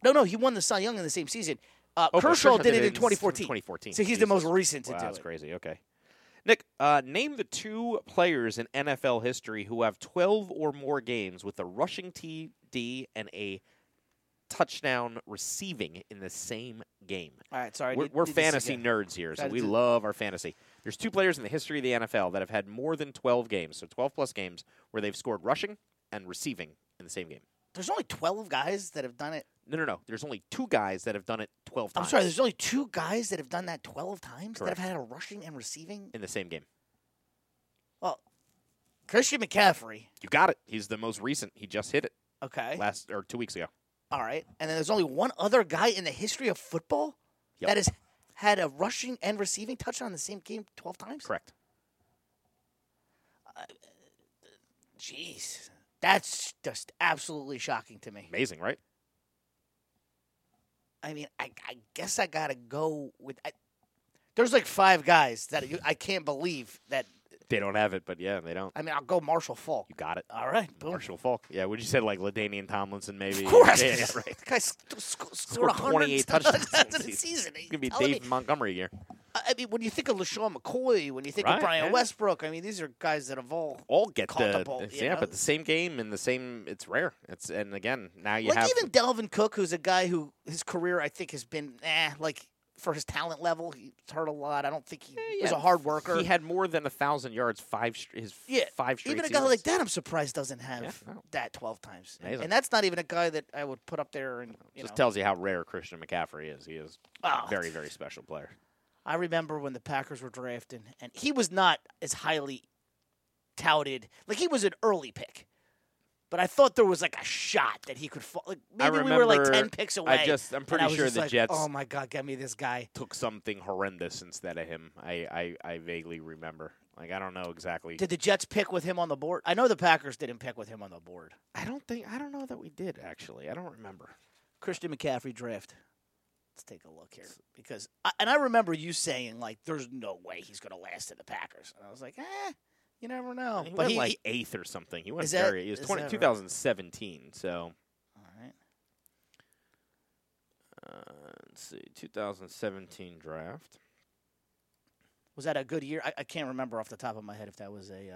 Speaker 4: No, no, he won the Cy Young in the same season. Uh,
Speaker 3: Oh, but
Speaker 4: Kershaw
Speaker 3: Kershaw
Speaker 4: did it in
Speaker 3: s-
Speaker 4: 2014.
Speaker 3: 2014.
Speaker 4: So he's the most
Speaker 3: Jesus.
Speaker 4: recent to
Speaker 3: wow,
Speaker 4: do
Speaker 3: that's
Speaker 4: it.
Speaker 3: crazy. Okay. Nick, uh, name the two players in NFL history who have 12 or more games with a rushing TD and a touchdown receiving in the same game.
Speaker 4: All right, sorry. I
Speaker 3: We're,
Speaker 4: did-
Speaker 3: we're
Speaker 4: did this
Speaker 3: fantasy
Speaker 4: again.
Speaker 3: nerds here, so
Speaker 4: Gotta
Speaker 3: we
Speaker 4: do-
Speaker 3: love our fantasy. There's two players in the history of the NFL that have had more than 12 games, so 12 plus games, where they've scored rushing and receiving in the same game.
Speaker 4: There's only 12 guys that have done it.
Speaker 3: No, no, no. There's only two guys that have done it 12
Speaker 4: I'm
Speaker 3: times
Speaker 4: sorry, there's only two guys that have done that 12
Speaker 3: Correct.
Speaker 4: times that have had a rushing and receiving.
Speaker 3: in the same game.
Speaker 4: Well, Christian McCaffrey.
Speaker 3: You got it. He's the most recent. He just hit it
Speaker 4: Okay.
Speaker 3: last or two weeks ago.
Speaker 4: All right. And then there's only one other guy in the history of football
Speaker 3: Yep.
Speaker 4: that has had a rushing and receiving touchdown in the same game 12 times?
Speaker 3: Correct.
Speaker 4: Jeez. That's just absolutely shocking to me.
Speaker 3: Amazing, right?
Speaker 4: I mean, I, I guess I got to go with. I, there's like five guys that you- I can't believe that.
Speaker 3: They don't have it, but yeah, they don't.
Speaker 4: I mean, I'll go Marshall Falk.
Speaker 3: You got it.
Speaker 4: All right. Boom.
Speaker 3: Marshall Falk. Yeah, would you say like Ladainian Tomlinson maybe?
Speaker 4: Of course.
Speaker 3: Yeah, yeah, right.
Speaker 4: The guy sc- sc- scored
Speaker 3: 28
Speaker 4: 28
Speaker 3: touchdowns
Speaker 4: touchdowns
Speaker 3: in
Speaker 4: in
Speaker 3: the
Speaker 4: the season. Are
Speaker 3: It's
Speaker 4: you
Speaker 3: gonna be
Speaker 4: telling
Speaker 3: Dave
Speaker 4: me?
Speaker 3: Montgomery here.
Speaker 4: I I mean, when you think of LaShawn McCoy, when you think
Speaker 3: Right,
Speaker 4: of Brian
Speaker 3: yeah.
Speaker 4: Westbrook, I mean, these are guys that have all.
Speaker 3: All get
Speaker 4: Caught
Speaker 3: the,
Speaker 4: the ball, you
Speaker 3: yeah,
Speaker 4: know?
Speaker 3: but the same game in the same. It's rare. It's and again now you
Speaker 4: like
Speaker 3: have
Speaker 4: even Delvin Cook, who's a guy who his career I think has been eh, like for his talent level, he's hurt a lot. I don't think he was
Speaker 3: Eh, yeah,
Speaker 4: a hard worker.
Speaker 3: he had more than a thousand yards five str- his
Speaker 4: yeah,
Speaker 3: five straight
Speaker 4: even a guy like
Speaker 3: seasons.
Speaker 4: that, I'm surprised doesn't have
Speaker 3: no.
Speaker 4: that 12 times. And-
Speaker 3: Amazing.
Speaker 4: And that's not even a guy that I would put up there. And you
Speaker 3: Just
Speaker 4: know.
Speaker 3: tells you how rare Christian McCaffrey is. He is
Speaker 4: Oh.
Speaker 3: a very very special player.
Speaker 4: I remember when the Packers were drafting, and he was not as highly touted. Like he was an early pick. But I thought there was like a shot that he could fall. Like
Speaker 3: I
Speaker 4: maybe we were like
Speaker 3: remember-
Speaker 4: ten picks
Speaker 3: I
Speaker 4: away.
Speaker 3: just- I'm
Speaker 4: and
Speaker 3: pretty
Speaker 4: I was
Speaker 3: sure
Speaker 4: just
Speaker 3: the
Speaker 4: like,
Speaker 3: Jets-
Speaker 4: Oh my god, get me this guy.
Speaker 3: Took something horrendous instead of him. I I, I vaguely remember. Like I don't know exactly.
Speaker 4: Did the Jets pick with him on the board? I know the Packers didn't pick with him on the board.
Speaker 3: I don't think I don't know that we did actually. I don't remember.
Speaker 4: Christian McCaffrey draft. Let's take a look here because I, and I remember you saying like, "There's no way he's going to last in the Packers," and I was like, "Eh, you never know."
Speaker 3: He
Speaker 4: Oh, but
Speaker 3: went
Speaker 4: he,
Speaker 3: like
Speaker 4: he-
Speaker 3: eighth or something. He went
Speaker 4: Is that-
Speaker 3: very. It was
Speaker 4: is
Speaker 3: 20,
Speaker 4: that right?
Speaker 3: 2017. So
Speaker 4: all right.
Speaker 3: uh, let's see, 2017 draft.
Speaker 4: Was that a good year? I, I can't remember off the top of my head if that was a.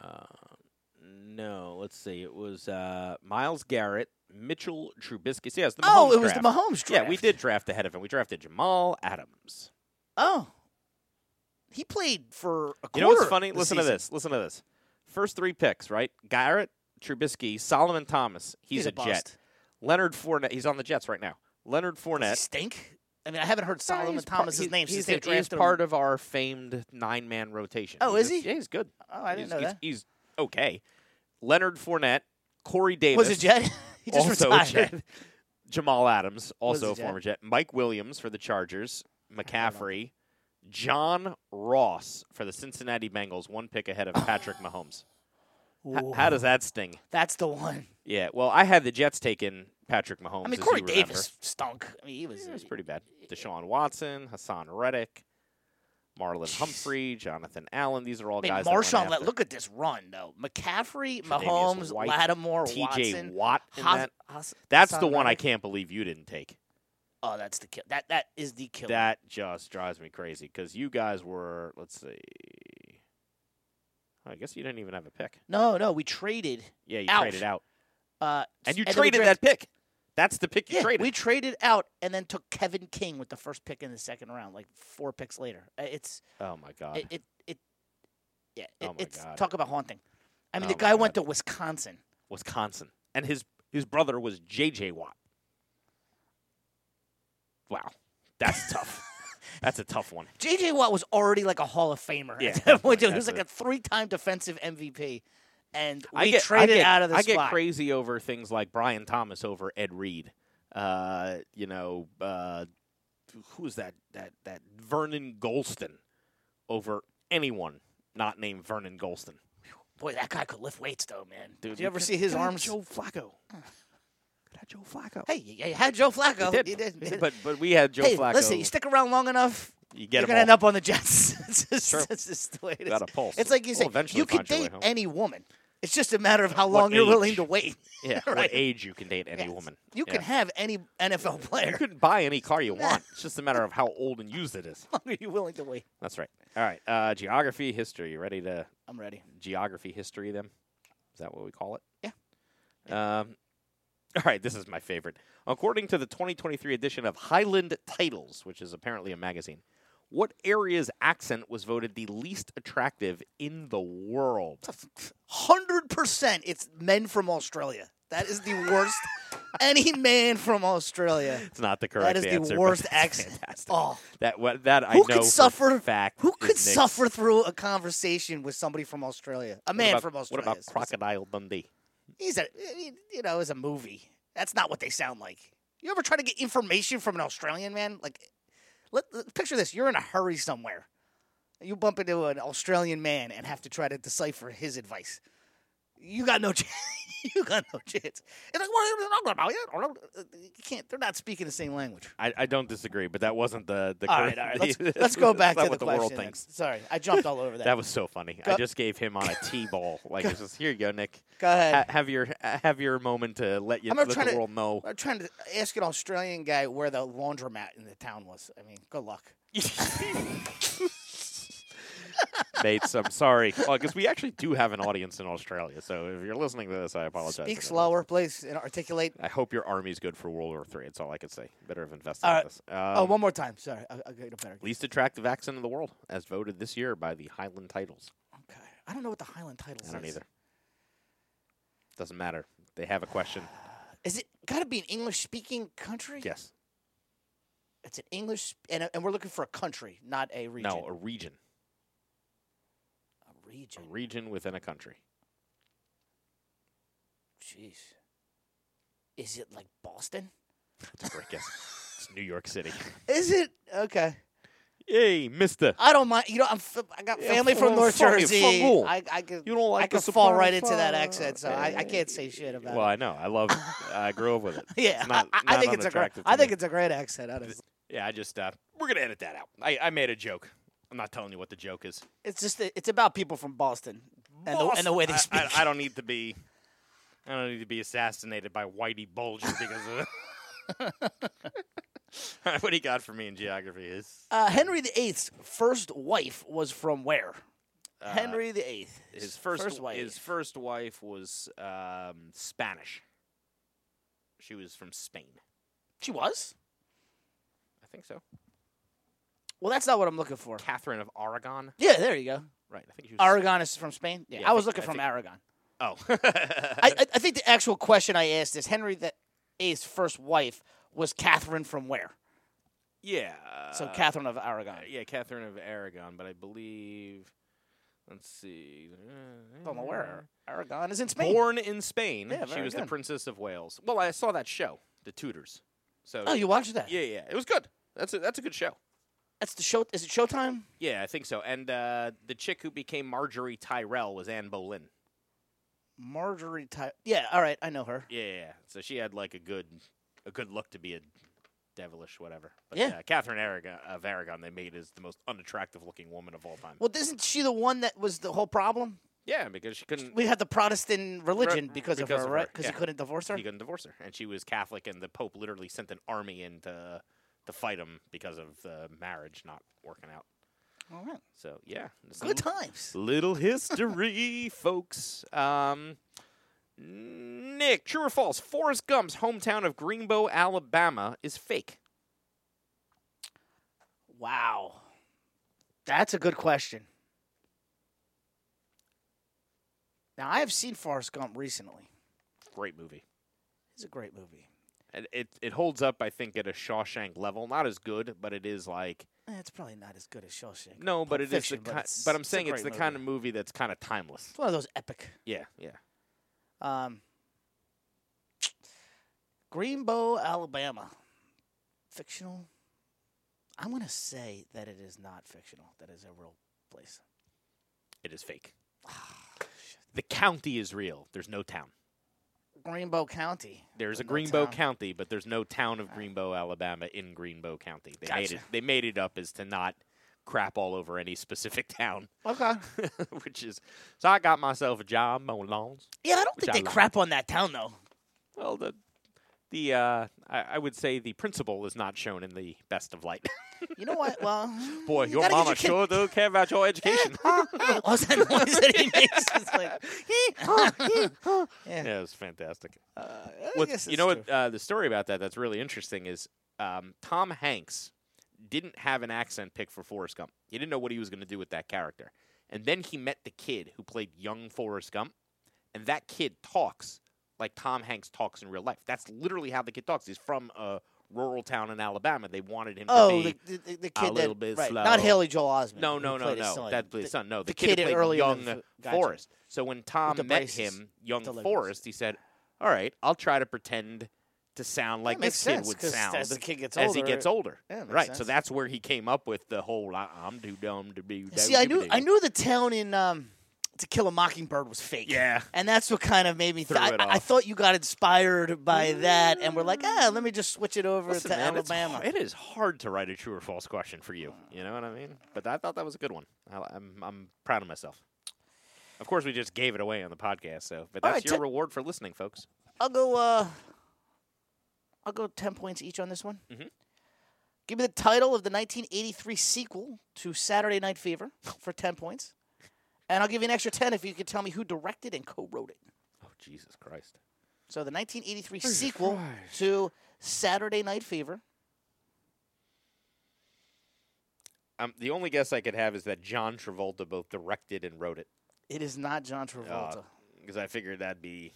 Speaker 4: Uh,
Speaker 3: Uh, no, let's see. It was uh, Miles Garrett, Mitchell Trubisky. So, yeah, it's the
Speaker 4: oh,
Speaker 3: Mahomes
Speaker 4: it was the
Speaker 3: draft.
Speaker 4: Mahomes draft.
Speaker 3: Yeah, we did draft ahead of him. We drafted Jamal Adams.
Speaker 4: Oh, he played for a quarter.
Speaker 3: You know what's funny?
Speaker 4: of the
Speaker 3: Listen to
Speaker 4: season.
Speaker 3: this. Listen to this. First three picks, right? Garrett, Trubisky, Solomon Thomas. He's,
Speaker 4: He's a
Speaker 3: Jet.
Speaker 4: bust.
Speaker 3: Leonard Fournette. He's on the Jets right now. Leonard
Speaker 4: Does he
Speaker 3: Fournette.
Speaker 4: stink. I mean, I haven't heard Solomon
Speaker 3: He's part-
Speaker 4: Thomas's
Speaker 3: he's-
Speaker 4: name
Speaker 3: he's,
Speaker 4: since they
Speaker 3: he's
Speaker 4: drafted
Speaker 3: part
Speaker 4: him.
Speaker 3: of our famed nine-man rotation.
Speaker 4: Oh,
Speaker 3: He's
Speaker 4: is
Speaker 3: a-
Speaker 4: he?
Speaker 3: Yeah, he's good.
Speaker 4: Oh, I didn't
Speaker 3: he's,
Speaker 4: know
Speaker 3: he's,
Speaker 4: that.
Speaker 3: He's okay. Leonard Fournette, Corey Davis.
Speaker 4: Was it Jet? he just
Speaker 3: also
Speaker 4: retired.
Speaker 3: Jet. Jamal Adams, also
Speaker 4: a
Speaker 3: a
Speaker 4: Jet.
Speaker 3: former Jet. Mike Williams for the Chargers. McCaffrey. John Ross for the Cincinnati Bengals, one pick ahead of Patrick Mahomes. H-
Speaker 4: Ooh.
Speaker 3: how does that sting?
Speaker 4: That's the one.
Speaker 3: Yeah, well, I had the Jets taking Patrick Mahomes.
Speaker 4: I mean,
Speaker 3: as
Speaker 4: Corey
Speaker 3: you remember.
Speaker 4: Davis stunk. I mean, he was.
Speaker 3: Yeah, It was pretty bad. Deshaun Watson, Hassan Reddick, Marlon Humphrey, Jonathan Allen. These are all
Speaker 4: I mean,
Speaker 3: guys.
Speaker 4: Marshawn.
Speaker 3: that
Speaker 4: Let,
Speaker 3: went
Speaker 4: look at this run, though. McCaffrey,
Speaker 3: Tre'Davious
Speaker 4: Mahomes,
Speaker 3: White,
Speaker 4: Lattimore,
Speaker 3: after. T.J.
Speaker 4: Watson.
Speaker 3: Watt. in
Speaker 4: Haas-
Speaker 3: that.
Speaker 4: Haas-
Speaker 3: That's the
Speaker 4: Hassan
Speaker 3: one I
Speaker 4: Reddick.
Speaker 3: can't believe you didn't take.
Speaker 4: Oh, that's the kill. That that is the kill.
Speaker 3: That just drives me crazy because you guys were. Let's see. I guess you didn't even have a pick.
Speaker 4: no, no, we traded.
Speaker 3: Yeah, you
Speaker 4: Ouch.
Speaker 3: traded out,
Speaker 4: Uh,
Speaker 3: and you
Speaker 4: then we
Speaker 3: traded
Speaker 4: drafted-
Speaker 3: that pick. That's the pick you
Speaker 4: yeah,
Speaker 3: traded.
Speaker 4: we traded out and then took Kevin King with the first pick in the second round, like four picks later. Uh, It's
Speaker 3: oh my god.
Speaker 4: it, it, it yeah,
Speaker 3: Oh
Speaker 4: it,
Speaker 3: my
Speaker 4: it's
Speaker 3: God.
Speaker 4: talk about haunting. I mean,
Speaker 3: Oh
Speaker 4: the
Speaker 3: my
Speaker 4: guy went
Speaker 3: God.
Speaker 4: to Wisconsin.
Speaker 3: Wisconsin, and his his brother was J.J. Watt. Wow, that's tough. That's a tough one.
Speaker 4: J.J. Watt was already like a Hall of Famer.
Speaker 3: Yeah,
Speaker 4: at
Speaker 3: that's
Speaker 4: that point.
Speaker 3: right,
Speaker 4: He was
Speaker 3: that's
Speaker 4: like
Speaker 3: it.
Speaker 4: a three-time defensive MVP, and we
Speaker 3: I get
Speaker 4: traded
Speaker 3: I get,
Speaker 4: out of the
Speaker 3: I
Speaker 4: spot.
Speaker 3: get crazy over things like Brian Thomas over Ed Reed. Uh, you know, uh, who is that? That that Vernon Golston over anyone not named Vernon Golston.
Speaker 4: Boy, that guy could lift weights though, man.
Speaker 3: Dude,
Speaker 4: Did you ever
Speaker 3: could-
Speaker 4: see his
Speaker 3: could have
Speaker 4: arms?
Speaker 3: Joe Flacco. Could have Joe Flacco.
Speaker 4: Hey, you you had Joe Flacco.
Speaker 3: He did.
Speaker 4: You
Speaker 3: He did, But but we had Joe
Speaker 4: hey,
Speaker 3: Flacco.
Speaker 4: listen, you stick around long enough,
Speaker 3: you
Speaker 4: you're
Speaker 3: get
Speaker 4: gonna
Speaker 3: him
Speaker 4: end up on the Jets. it's, just,
Speaker 3: True.
Speaker 4: it's just the way it is.
Speaker 3: Got a pulse.
Speaker 4: It's like you
Speaker 3: We'll
Speaker 4: say,
Speaker 3: eventually
Speaker 4: you could
Speaker 3: find your way
Speaker 4: date
Speaker 3: home.
Speaker 4: any woman. It's just a matter of how
Speaker 3: What
Speaker 4: long you're willing
Speaker 3: age?
Speaker 4: to wait.
Speaker 3: Yeah,
Speaker 4: Right.
Speaker 3: what age you can date any
Speaker 4: Yes.
Speaker 3: woman.
Speaker 4: You
Speaker 3: yeah.
Speaker 4: can have any NFL
Speaker 3: You
Speaker 4: player.
Speaker 3: can buy any car you want. It's just a matter of how old and used it is.
Speaker 4: How long are you willing to wait?
Speaker 3: That's right. All right. Uh, geography, history. You ready to
Speaker 4: I'm ready.
Speaker 3: geography, history them? Is that what we call it?
Speaker 4: Yeah.
Speaker 3: Um, all right. This is my favorite. According to the 2023 edition of Highland Titles, which is apparently a magazine, what area's accent was voted the least attractive in the world?
Speaker 4: Hundred percent. It's men from Australia. That is the worst. any man from Australia.
Speaker 3: It's not the correct
Speaker 4: That is
Speaker 3: answer,
Speaker 4: the
Speaker 3: but
Speaker 4: worst
Speaker 3: that's
Speaker 4: accent.
Speaker 3: fantastic.
Speaker 4: Oh,
Speaker 3: That wha- that I
Speaker 4: Who
Speaker 3: know
Speaker 4: could
Speaker 3: for
Speaker 4: suffer-
Speaker 3: fact.
Speaker 4: who
Speaker 3: is
Speaker 4: could
Speaker 3: Nick's.
Speaker 4: suffer through a conversation with somebody from Australia? A
Speaker 3: What
Speaker 4: man
Speaker 3: about-
Speaker 4: from Australia.
Speaker 3: What about
Speaker 4: specifically.
Speaker 3: Crocodile Dundee?
Speaker 4: He's a, I mean, you know, it's a movie. That's not what they sound like. You ever try to get information from an Australian man? Like, let, let- picture this: you're in a hurry somewhere, you bump into an Australian man and have to try to decipher his advice. You got no chance. you got no chance. It's like, what are you talking about? You don't- You can't. They're not speaking the same language.
Speaker 3: I, I don't disagree, but that wasn't the the.
Speaker 4: All right, all right. Let's, let's go back to the question. then. Sorry, I jumped all over that.
Speaker 3: That was so funny.
Speaker 4: Go-
Speaker 3: I just gave him on a T ball. Like it's just here you go, Nick.
Speaker 4: go ahead.
Speaker 3: Ha- have your ha- have your moment to let you
Speaker 4: I'm
Speaker 3: let
Speaker 4: not
Speaker 3: the
Speaker 4: trying to-
Speaker 3: world know.
Speaker 4: I'm trying to ask an Australian guy where the laundromat in the town was. I mean, good luck.
Speaker 3: Mates, I'm sorry. Well, because we actually do have an audience in Australia, so if you're listening to this, Oh, I apologize. in
Speaker 4: Speak
Speaker 3: advance.
Speaker 4: slower, please, and articulate.
Speaker 3: I hope your army's good for World War Three. That's all I could say. Better have invested
Speaker 4: All
Speaker 3: in
Speaker 4: right.
Speaker 3: this.
Speaker 4: oh,
Speaker 3: Um,
Speaker 4: one more time. Sorry, I, I get a better.
Speaker 3: Least attractive accent in the world, as voted this year by the Highland Titles.
Speaker 4: Okay, I don't know what the Highland title is.
Speaker 3: I don't either. Doesn't matter. They have a question.
Speaker 4: Is it got to be an English-speaking country?
Speaker 3: Yes.
Speaker 4: it's an English, sp- and, and we're looking for a country, not a region.
Speaker 3: No, a region.
Speaker 4: a
Speaker 3: A
Speaker 4: region.
Speaker 3: region within a country.
Speaker 4: Jeez, is it like Boston?
Speaker 3: That's a great guess. It's New York City.
Speaker 4: Is it okay?
Speaker 3: Hey, Mister.
Speaker 4: I don't mind. You know, I'm f- I got
Speaker 3: Yeah,
Speaker 4: family
Speaker 3: full-
Speaker 4: from North
Speaker 3: full- full
Speaker 4: Jersey.
Speaker 3: rule.
Speaker 4: I, I could,
Speaker 3: You don't like
Speaker 4: I
Speaker 3: the
Speaker 4: could fall
Speaker 3: soprano
Speaker 4: right into that
Speaker 3: fire.
Speaker 4: accent, so I, I can't say shit about
Speaker 3: Well,
Speaker 4: it.
Speaker 3: I know. I love. it. I grew up with it.
Speaker 4: Yeah,
Speaker 3: It's not-
Speaker 4: I, I
Speaker 3: not
Speaker 4: think it's a great.
Speaker 3: unattractive to
Speaker 4: I think
Speaker 3: me.
Speaker 4: it's a great accent. Honestly,
Speaker 3: Yeah, I just. Uh, we're gonna edit that out. I, I made a joke. I'm not telling you what the joke is.
Speaker 4: it's just that it's about people from Boston and, the, and the way they
Speaker 3: Boss,
Speaker 4: speak.
Speaker 3: I, I, I don't need to be. I don't need to be assassinated by Whitey Bulger because of. what do you got for me in geography is
Speaker 4: uh, Henry VIII's first wife was from where? Henry VIII.
Speaker 3: his first,
Speaker 4: wife.
Speaker 3: His first wife was um, Spanish. She was from Spain.
Speaker 4: she was.
Speaker 3: I think so.
Speaker 4: Well, that's not what I'm looking for.
Speaker 3: Catherine of Aragon.
Speaker 4: Yeah, there you go.
Speaker 3: Right. I think she was.
Speaker 4: Aragon is from Spain. Yeah,
Speaker 3: Yeah, I
Speaker 4: I was
Speaker 3: think-
Speaker 4: looking
Speaker 3: I
Speaker 4: from
Speaker 3: think-
Speaker 4: Aragon.
Speaker 3: oh.
Speaker 4: I, I, I think the actual question I asked is Henry VIII's first wife was Catherine from where?
Speaker 3: yeah.
Speaker 4: So
Speaker 3: uh,
Speaker 4: Catherine of Aragon.
Speaker 3: Yeah, Catherine of Aragon, but I believe. Let's see.
Speaker 4: I don't know where Aragon is in Spain.
Speaker 3: Born in Spain,
Speaker 4: Yeah,
Speaker 3: she
Speaker 4: very
Speaker 3: was the
Speaker 4: good.
Speaker 3: Princess of Wales. Well, I saw that show, The Tudors. So
Speaker 4: Oh, you watched that?
Speaker 3: yeah, yeah, it was good. That's a, that's a good show.
Speaker 4: That's the show. Is it Showtime?
Speaker 3: Yeah, I think so. And uh, the chick who became Marjorie Tyrell was Anne Boleyn.
Speaker 4: Marjorie Ty. Yeah, all right, I know her.
Speaker 3: Yeah, yeah, yeah. So she had like a good a good look to be a devilish whatever. But uh,
Speaker 4: Yeah.
Speaker 3: Catherine Aragon, of Aragon they made is the most unattractive looking woman of all time.
Speaker 4: Well, isn't she the one that was the whole problem?
Speaker 3: yeah, because she couldn't
Speaker 4: We had the Protestant religion
Speaker 3: Right,
Speaker 4: because,
Speaker 3: because
Speaker 4: of her,
Speaker 3: of her,
Speaker 4: right? Because
Speaker 3: yeah.
Speaker 4: he couldn't divorce her.
Speaker 3: he couldn't divorce her, and she was Catholic, and the Pope literally sent an army in to to fight him because of the marriage not working out.
Speaker 4: All right.
Speaker 3: So yeah, it's a
Speaker 4: Good
Speaker 3: little-
Speaker 4: times.
Speaker 3: Little history, folks. Um, Nick, true or false? Forrest Gump's hometown of Greenbow, Alabama, is fake.
Speaker 4: Wow, that's a good question. Now I have seen Forrest Gump recently.
Speaker 3: Great movie.
Speaker 4: It's a great movie.
Speaker 3: It, it it holds up, I think, at a Shawshank level. Not as good, but it is like
Speaker 4: Eh, It's probably not as good as Shawshank.
Speaker 3: no, but
Speaker 4: Pulp
Speaker 3: it is
Speaker 4: Fiction,
Speaker 3: the
Speaker 4: but
Speaker 3: kind.
Speaker 4: it's-
Speaker 3: but I'm
Speaker 4: it's a
Speaker 3: saying it's
Speaker 4: great
Speaker 3: the
Speaker 4: movie.
Speaker 3: kind of movie that's kind of timeless.
Speaker 4: It's one of those epic.
Speaker 3: Yeah, yeah.
Speaker 4: Um, Greenbow, Alabama. Fictional? I'm going to say that it is not fictional. That is a real place.
Speaker 3: It is fake. the county is real. There's no town.
Speaker 4: Greenbow County.
Speaker 3: There's a
Speaker 4: No
Speaker 3: Greenbow
Speaker 4: town.
Speaker 3: County, but there's no town of Greenbow, Alabama in Greenbow County. They made
Speaker 4: Gotcha.
Speaker 3: it they made it up as to not crap all over any specific town,
Speaker 4: Okay.
Speaker 3: which is so I got myself a job mowing lawns.
Speaker 4: Yeah, I don't
Speaker 3: Which
Speaker 4: think
Speaker 3: I
Speaker 4: they
Speaker 3: like.
Speaker 4: crap on that town, though.
Speaker 3: Well, the the uh, I, I would say the principal is not shown in the best of light.
Speaker 4: You know what? Well,
Speaker 3: Boy,
Speaker 4: you
Speaker 3: your
Speaker 4: gotta get
Speaker 3: mama
Speaker 4: your kid-
Speaker 3: sure do care about your education.
Speaker 4: What was that noise that he makes? It's like, eh,
Speaker 3: yeah, it was fantastic.
Speaker 4: uh, I
Speaker 3: What-
Speaker 4: guess
Speaker 3: you
Speaker 4: it's
Speaker 3: know
Speaker 4: true.
Speaker 3: what uh, the story about that that's really interesting is um, Tom Hanks didn't have an accent pick for Forrest Gump. He didn't know what he was going to do with that character. And then he met the kid who played young Forrest Gump, and that kid talks like Tom Hanks talks in real life. That's literally how the kid talks. He's from a rural town in Alabama. They wanted him
Speaker 4: Oh,
Speaker 3: to be
Speaker 4: the, the, the the
Speaker 3: a
Speaker 4: kid
Speaker 3: little
Speaker 4: that,
Speaker 3: bit
Speaker 4: right,
Speaker 3: slow.
Speaker 4: not Haley Joel Osment.
Speaker 3: no,
Speaker 4: who
Speaker 3: no, no,
Speaker 4: played his
Speaker 3: no.
Speaker 4: son.
Speaker 3: That played
Speaker 4: The-
Speaker 3: his son. No, the,
Speaker 4: the
Speaker 3: kid, who
Speaker 4: kid
Speaker 3: played
Speaker 4: early in
Speaker 3: young
Speaker 4: the f- gotcha.
Speaker 3: Forrest. So when Tom
Speaker 4: the
Speaker 3: met
Speaker 4: braces.
Speaker 3: him, young
Speaker 4: The legs.
Speaker 3: Forrest, he said, "All right, I'll try to pretend to sound like
Speaker 4: makes
Speaker 3: this kid
Speaker 4: sense,
Speaker 3: would
Speaker 4: 'cause
Speaker 3: sound
Speaker 4: as the kid gets
Speaker 3: as he
Speaker 4: older-
Speaker 3: gets older."
Speaker 4: Yeah, it makes
Speaker 3: right. So
Speaker 4: sense.
Speaker 3: that's where he came up with the whole "I- "I'm too dumb to be."
Speaker 4: See, I knew I knew the town in um, To Kill a Mockingbird was fake.
Speaker 3: Yeah.
Speaker 4: and that's what kind of made me. Th-
Speaker 3: Threw
Speaker 4: I,
Speaker 3: it
Speaker 4: I
Speaker 3: off. Mm.
Speaker 4: thought you got inspired by that, and we're like, ah, let me just switch it over
Speaker 3: Listen,
Speaker 4: to
Speaker 3: man, it's
Speaker 4: Alabama.
Speaker 3: h- it is hard to write a true or false question for you. You know what I mean? But I thought that was a good one. I, I'm I'm proud of myself. Of course, we just gave it away on the podcast, so but
Speaker 4: All
Speaker 3: that's
Speaker 4: right,
Speaker 3: your
Speaker 4: t-
Speaker 3: reward for listening, folks.
Speaker 4: I'll go. Uh, I'll go ten points each on this one.
Speaker 3: Mhm.
Speaker 4: Give me the title of the 1983 sequel to Saturday Night Fever for ten points, and I'll give you an extra ten if you could tell me who directed and co-wrote it.
Speaker 3: Oh Jesus Christ!
Speaker 4: So the 1983 sequel to Saturday Night Fever.
Speaker 3: Um, the only guess I could have is that John Travolta both directed and wrote it,
Speaker 4: It is not John
Speaker 3: Oh,
Speaker 4: Travolta.
Speaker 3: because I figured that'd be,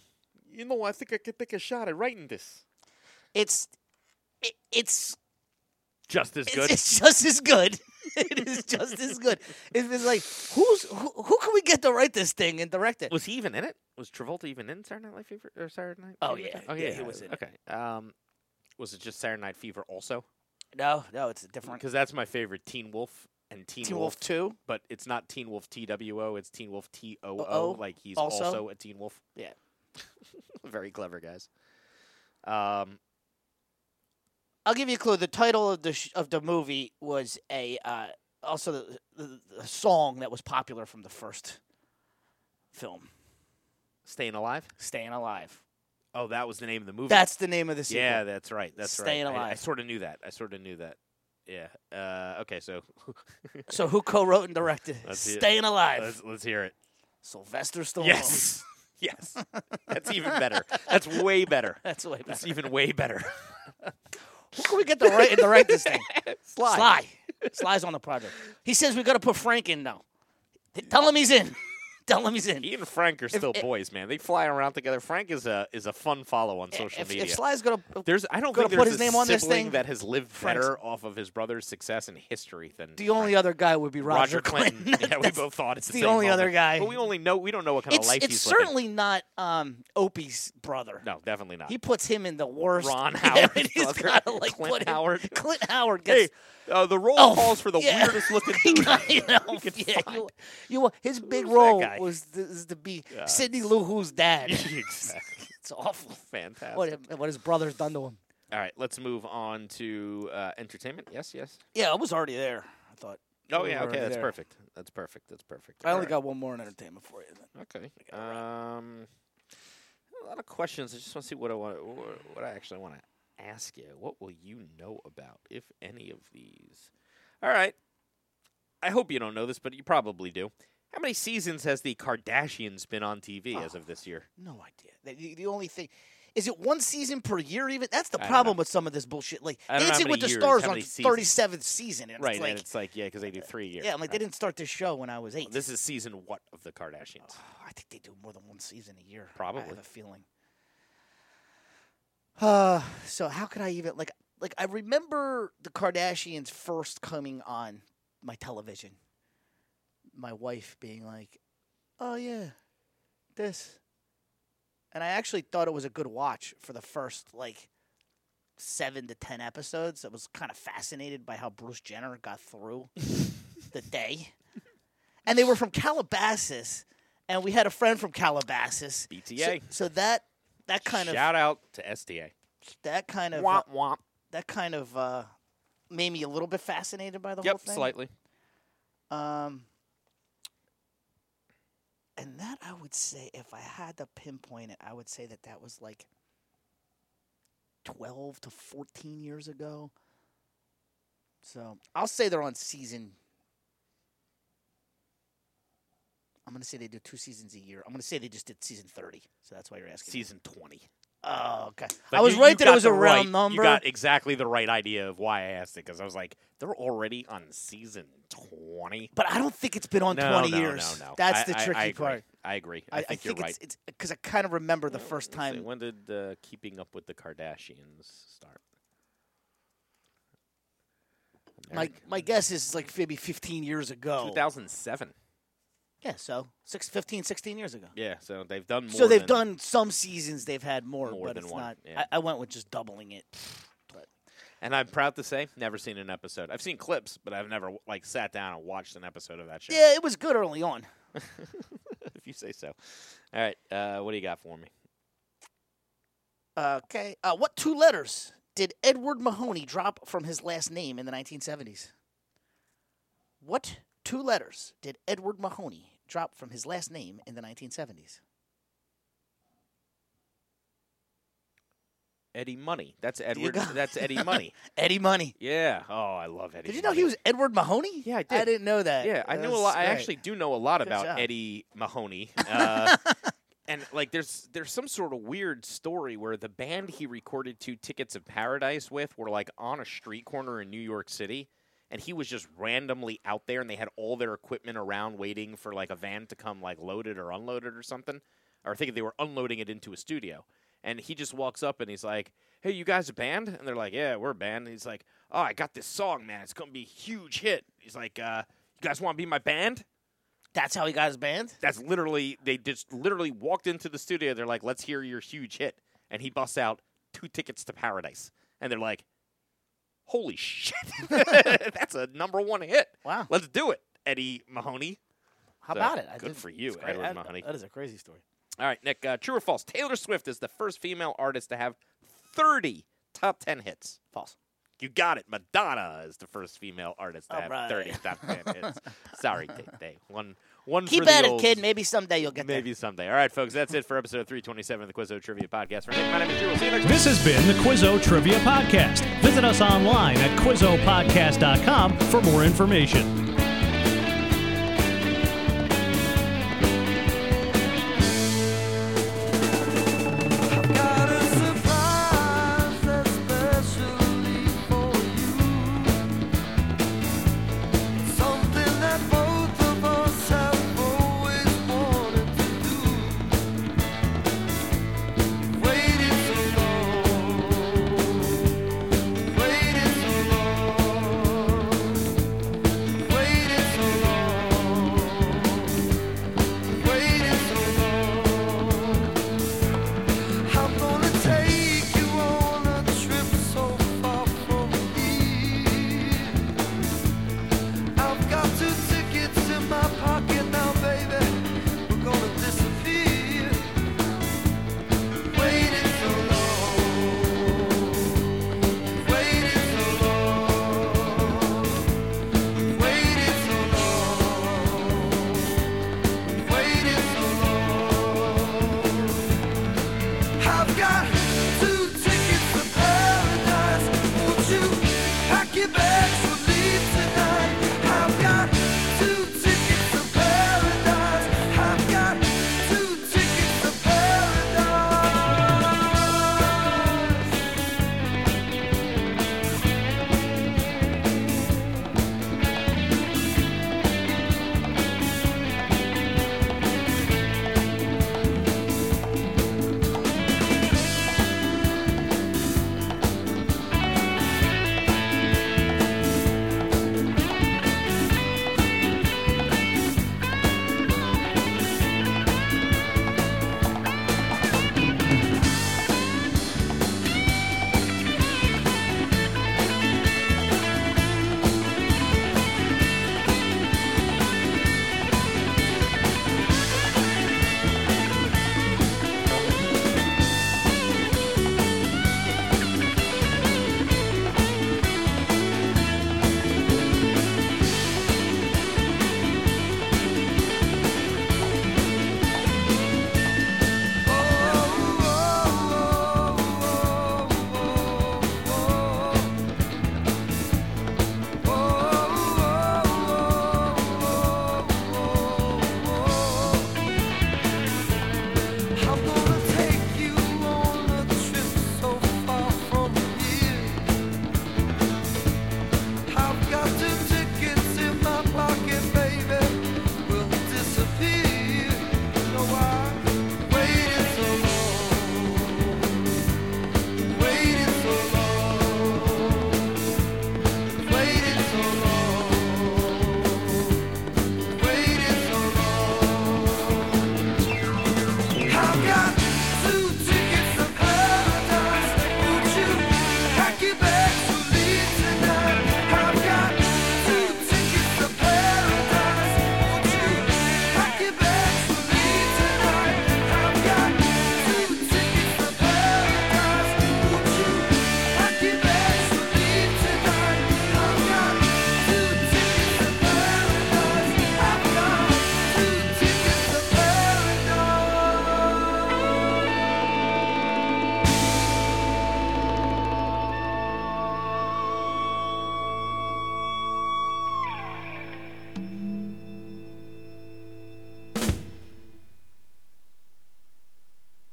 Speaker 3: you know, I think I could take a shot at writing this.
Speaker 4: It's it, it's
Speaker 3: Just as
Speaker 4: it's,
Speaker 3: good.
Speaker 4: it's just as good. it is just as good. If it's like who's who, who can we get to write this thing and direct it?
Speaker 3: was he even in it? Was Travolta even in Saturday Night Live Fever or Saturday Night?
Speaker 4: Oh,
Speaker 3: Fever?
Speaker 4: yeah.
Speaker 3: oh
Speaker 4: Yeah,
Speaker 3: yeah,
Speaker 4: he was in it.
Speaker 3: Okay. Um, was it just Saturday Night Fever also?
Speaker 4: No, no, it's different.
Speaker 3: Because that's my favorite Teen Wolf and Teen,
Speaker 4: Teen Wolf Two.
Speaker 3: But it's not Teen Wolf T W O. It's Teen Wolf T O
Speaker 4: O-O,
Speaker 3: O. Like he's
Speaker 4: also?
Speaker 3: also, a Teen Wolf.
Speaker 4: Yeah.
Speaker 3: Very clever guys. Um,
Speaker 4: I'll give you a clue. The title of the sh- of the movie was a uh, also the, the, the song that was popular from the first film,
Speaker 3: Staying Alive.
Speaker 4: "Staying Alive."
Speaker 3: Oh, that was the name of the movie.
Speaker 4: That's the name of the sequel.
Speaker 3: yeah, that's right. That's
Speaker 4: Staying
Speaker 3: right. I- I,
Speaker 4: Alive.
Speaker 3: sort of knew that. I sort of knew that. Yeah. Uh, okay, so
Speaker 4: So who co-wrote and directed
Speaker 3: That's it.
Speaker 4: "Staying Alive"?
Speaker 3: let's, let's hear it.
Speaker 4: Sylvester Stallone.
Speaker 3: Yes. yes. That's even better. That's way better.
Speaker 4: that's way better.
Speaker 3: That's even way better.
Speaker 4: Who can we get to write and direct this thing? Sly. Sly's on the project. He says we got to put Frank in now. Tell him he's in. Tell him he's in.
Speaker 3: He and Frank are still boys, man. They fly around together. Frank is a is a fun follow on social
Speaker 4: if,
Speaker 3: media.
Speaker 4: if Sly's gonna,
Speaker 3: there's I don't
Speaker 4: gonna
Speaker 3: think
Speaker 4: put
Speaker 3: there's
Speaker 4: his
Speaker 3: a
Speaker 4: name on this
Speaker 3: sibling
Speaker 4: thing,
Speaker 3: that has lived
Speaker 4: Frank's-
Speaker 3: better off of his brother's success in history than
Speaker 4: the only other guy would be Roger,
Speaker 3: Roger Clinton. yeah, we both thought it's
Speaker 4: the only other guy.
Speaker 3: But we only know we don't know what kind
Speaker 4: It's
Speaker 3: of life
Speaker 4: it's
Speaker 3: he's
Speaker 4: certainly not um, Opie's brother.
Speaker 3: living. No, definitely not.
Speaker 4: He puts him in the worst.
Speaker 3: Ron
Speaker 4: Yeah,
Speaker 3: Howard's
Speaker 4: but he's
Speaker 3: brother,
Speaker 4: gotta, like
Speaker 3: Clint
Speaker 4: put him-
Speaker 3: Howard.
Speaker 4: Clint Howard gets
Speaker 3: hey, uh, the roll
Speaker 4: Elf.
Speaker 3: calls for the
Speaker 4: Yeah.
Speaker 3: weirdest looking dude.
Speaker 4: you know,
Speaker 3: we could
Speaker 4: yeah,
Speaker 3: find.
Speaker 4: you, you, his big
Speaker 3: Who's that
Speaker 4: role
Speaker 3: guy?
Speaker 4: was to, is to be
Speaker 3: Yeah.
Speaker 4: Sidney Lou Who's dad.
Speaker 3: exactly.
Speaker 4: it's awful.
Speaker 3: Fantastic.
Speaker 4: What, him- what his brother's done to him.
Speaker 3: All right, let's move on to uh, entertainment. Yes, yes.
Speaker 4: Yeah, I was already there. I thought.
Speaker 3: Oh
Speaker 4: We
Speaker 3: yeah,
Speaker 4: were
Speaker 3: okay, that's
Speaker 4: there.
Speaker 3: perfect. That's perfect. That's perfect.
Speaker 4: I only
Speaker 3: All
Speaker 4: got one more in entertainment for you. then.
Speaker 3: right, okay. Um, a lot of questions. I just want to see what I want, what I actually want to ask you. What will you know about, if any of these? All right. I hope you don't know this, but you probably do. How many seasons has the Kardashians been on TV
Speaker 4: Oh.
Speaker 3: as of this year?
Speaker 4: No idea. The- The, the only thing is it one season per year. Even that's the
Speaker 3: I don't
Speaker 4: problem
Speaker 3: know.
Speaker 4: with some of this bullshit. Like
Speaker 3: I don't know how
Speaker 4: Dancing
Speaker 3: many
Speaker 4: with the
Speaker 3: years,
Speaker 4: Stars
Speaker 3: how
Speaker 4: on
Speaker 3: many
Speaker 4: its
Speaker 3: seasons.
Speaker 4: thirty seventh season, and
Speaker 3: Right,
Speaker 4: it's like,
Speaker 3: and it's like yeah, because they do three years.
Speaker 4: yeah, I'm like they didn't start this show when I was eight.
Speaker 3: This is season what of the Kardashians?
Speaker 4: Oh, I think they do more than one season a year. I have
Speaker 3: Probably.
Speaker 4: a feeling. Uh, so how could I even like like I remember the Kardashians first coming on my television. My wife being like, "Oh yeah, this," and I actually thought it was a good watch for the first like seven to ten episodes. I was kind of fascinated by how Bruce Jenner got through the day, and they were from Calabasas, and we had a friend from Calabasas.
Speaker 3: BTA.
Speaker 4: So, so that that kind
Speaker 3: Shout out to SDA.
Speaker 4: of that kind of uh,
Speaker 3: Womp womp.
Speaker 4: that kind of uh, made me a little bit fascinated by the whole
Speaker 3: Yep,
Speaker 4: thing.
Speaker 3: slightly.
Speaker 4: Um, and that I would say, if I had to pinpoint it, I would say that that was like twelve to fourteen years ago. So I'll say they're on season. I'm gonna say they do two seasons a year. I'm gonna say they just did season thirty. So that's why you're asking. me.
Speaker 3: Season twenty.
Speaker 4: Oh, okay.
Speaker 3: But
Speaker 4: I was
Speaker 3: you- you
Speaker 4: right that it
Speaker 3: got
Speaker 4: was
Speaker 3: the
Speaker 4: a round
Speaker 3: right-
Speaker 4: number.
Speaker 3: You got exactly the right idea of why I asked it because I was like, they're already on season twenty.
Speaker 4: But I don't think it's been on
Speaker 3: no,
Speaker 4: 20
Speaker 3: no,
Speaker 4: years.
Speaker 3: No, no,
Speaker 4: That's
Speaker 3: I-
Speaker 4: the
Speaker 3: I-
Speaker 4: tricky
Speaker 3: I agree.
Speaker 4: part.
Speaker 3: I agree. I,
Speaker 4: I,
Speaker 3: think, you're right.
Speaker 4: it's um, because I kind of remember the first
Speaker 3: Let's see,
Speaker 4: time.
Speaker 3: When did uh, Keeping Up with the Kardashians start?
Speaker 4: My my guess is like maybe 15 years ago.
Speaker 3: Two thousand seven.
Speaker 4: Yeah, so six, 15, 16 years ago.
Speaker 3: Yeah, so they've done. More
Speaker 4: so they've
Speaker 3: than-
Speaker 4: done some seasons. They've had more,
Speaker 3: More
Speaker 4: but
Speaker 3: than
Speaker 4: it's
Speaker 3: one,
Speaker 4: not.
Speaker 3: yeah.
Speaker 4: I, I went with just doubling it. But
Speaker 3: And I'm proud to say, never seen an episode. I've seen clips, but I've never like sat down and watched an episode of that show.
Speaker 4: yeah, it was good early on.
Speaker 3: if you say so. All right, uh, what do you got for me?
Speaker 4: Okay. Uh, what two letters did Edward Mahoney drop from his last name in the 1970s? What two letters did Edward Mahoney drop from his last name in the 1970s?
Speaker 3: Eddie Money. That's
Speaker 4: You
Speaker 3: Edward.
Speaker 4: got-
Speaker 3: That's Eddie Money.
Speaker 4: Eddie Money.
Speaker 3: Yeah. Oh, I love Eddie.
Speaker 4: Did you know
Speaker 3: Money.
Speaker 4: he was Edward Mahoney?
Speaker 3: Yeah, I
Speaker 4: I
Speaker 3: did.
Speaker 4: didn't know that.
Speaker 3: Yeah, I knew a
Speaker 4: That's
Speaker 3: lot. I
Speaker 4: great.
Speaker 3: actually do know a lot about
Speaker 4: job.
Speaker 3: Eddie Mahoney. Uh, and like, there's there's some sort of weird story where the band he recorded two tickets of Paradise with were like on a street corner in New York City. And he was just randomly out there, and they had all their equipment around, waiting for like a van to come, like loaded or unloaded or something. Or I think they were unloading it into a studio. And he just walks up and he's like, "Hey, you guys a band?" And they're like, "Yeah, we're a band." And he's like, "Oh, I got this song, man. It's gonna be a huge hit." He's like, uh, "You guys want to be my band?"
Speaker 4: That's how he got his band?
Speaker 3: That's literally they just literally walked into the studio. They're like, "Let's hear your huge hit," and he busts out two tickets to paradise, and they're like, holy shit, that's a number one hit.
Speaker 5: Wow.
Speaker 3: Let's do it, Eddie Mahoney.
Speaker 5: How
Speaker 3: So,
Speaker 5: about it?
Speaker 3: good
Speaker 5: did-
Speaker 3: for you,
Speaker 5: it's great.
Speaker 3: Edward
Speaker 5: That-
Speaker 3: Mahoney.
Speaker 5: That is a crazy story.
Speaker 3: All right, Nick, uh, true or false? Taylor Swift is the first female artist to have 30 top 10 hits.
Speaker 5: False.
Speaker 3: You got it. Madonna is the first female artist to
Speaker 5: All
Speaker 3: have
Speaker 5: right.
Speaker 3: 30 top 10 hits. Sorry, Day. Day. One, one for
Speaker 4: Keep
Speaker 3: the
Speaker 4: at it,
Speaker 3: old,
Speaker 4: kid. Maybe someday you'll get there.
Speaker 3: Maybe someday. All right, folks, that's it for episode 327 of the Quizzo Trivia Podcast. For Nick, my name is Drew. We'll see you next week.
Speaker 2: This has been the Quizzo Trivia Podcast. Visit us online at quizzopodcast.com for more information.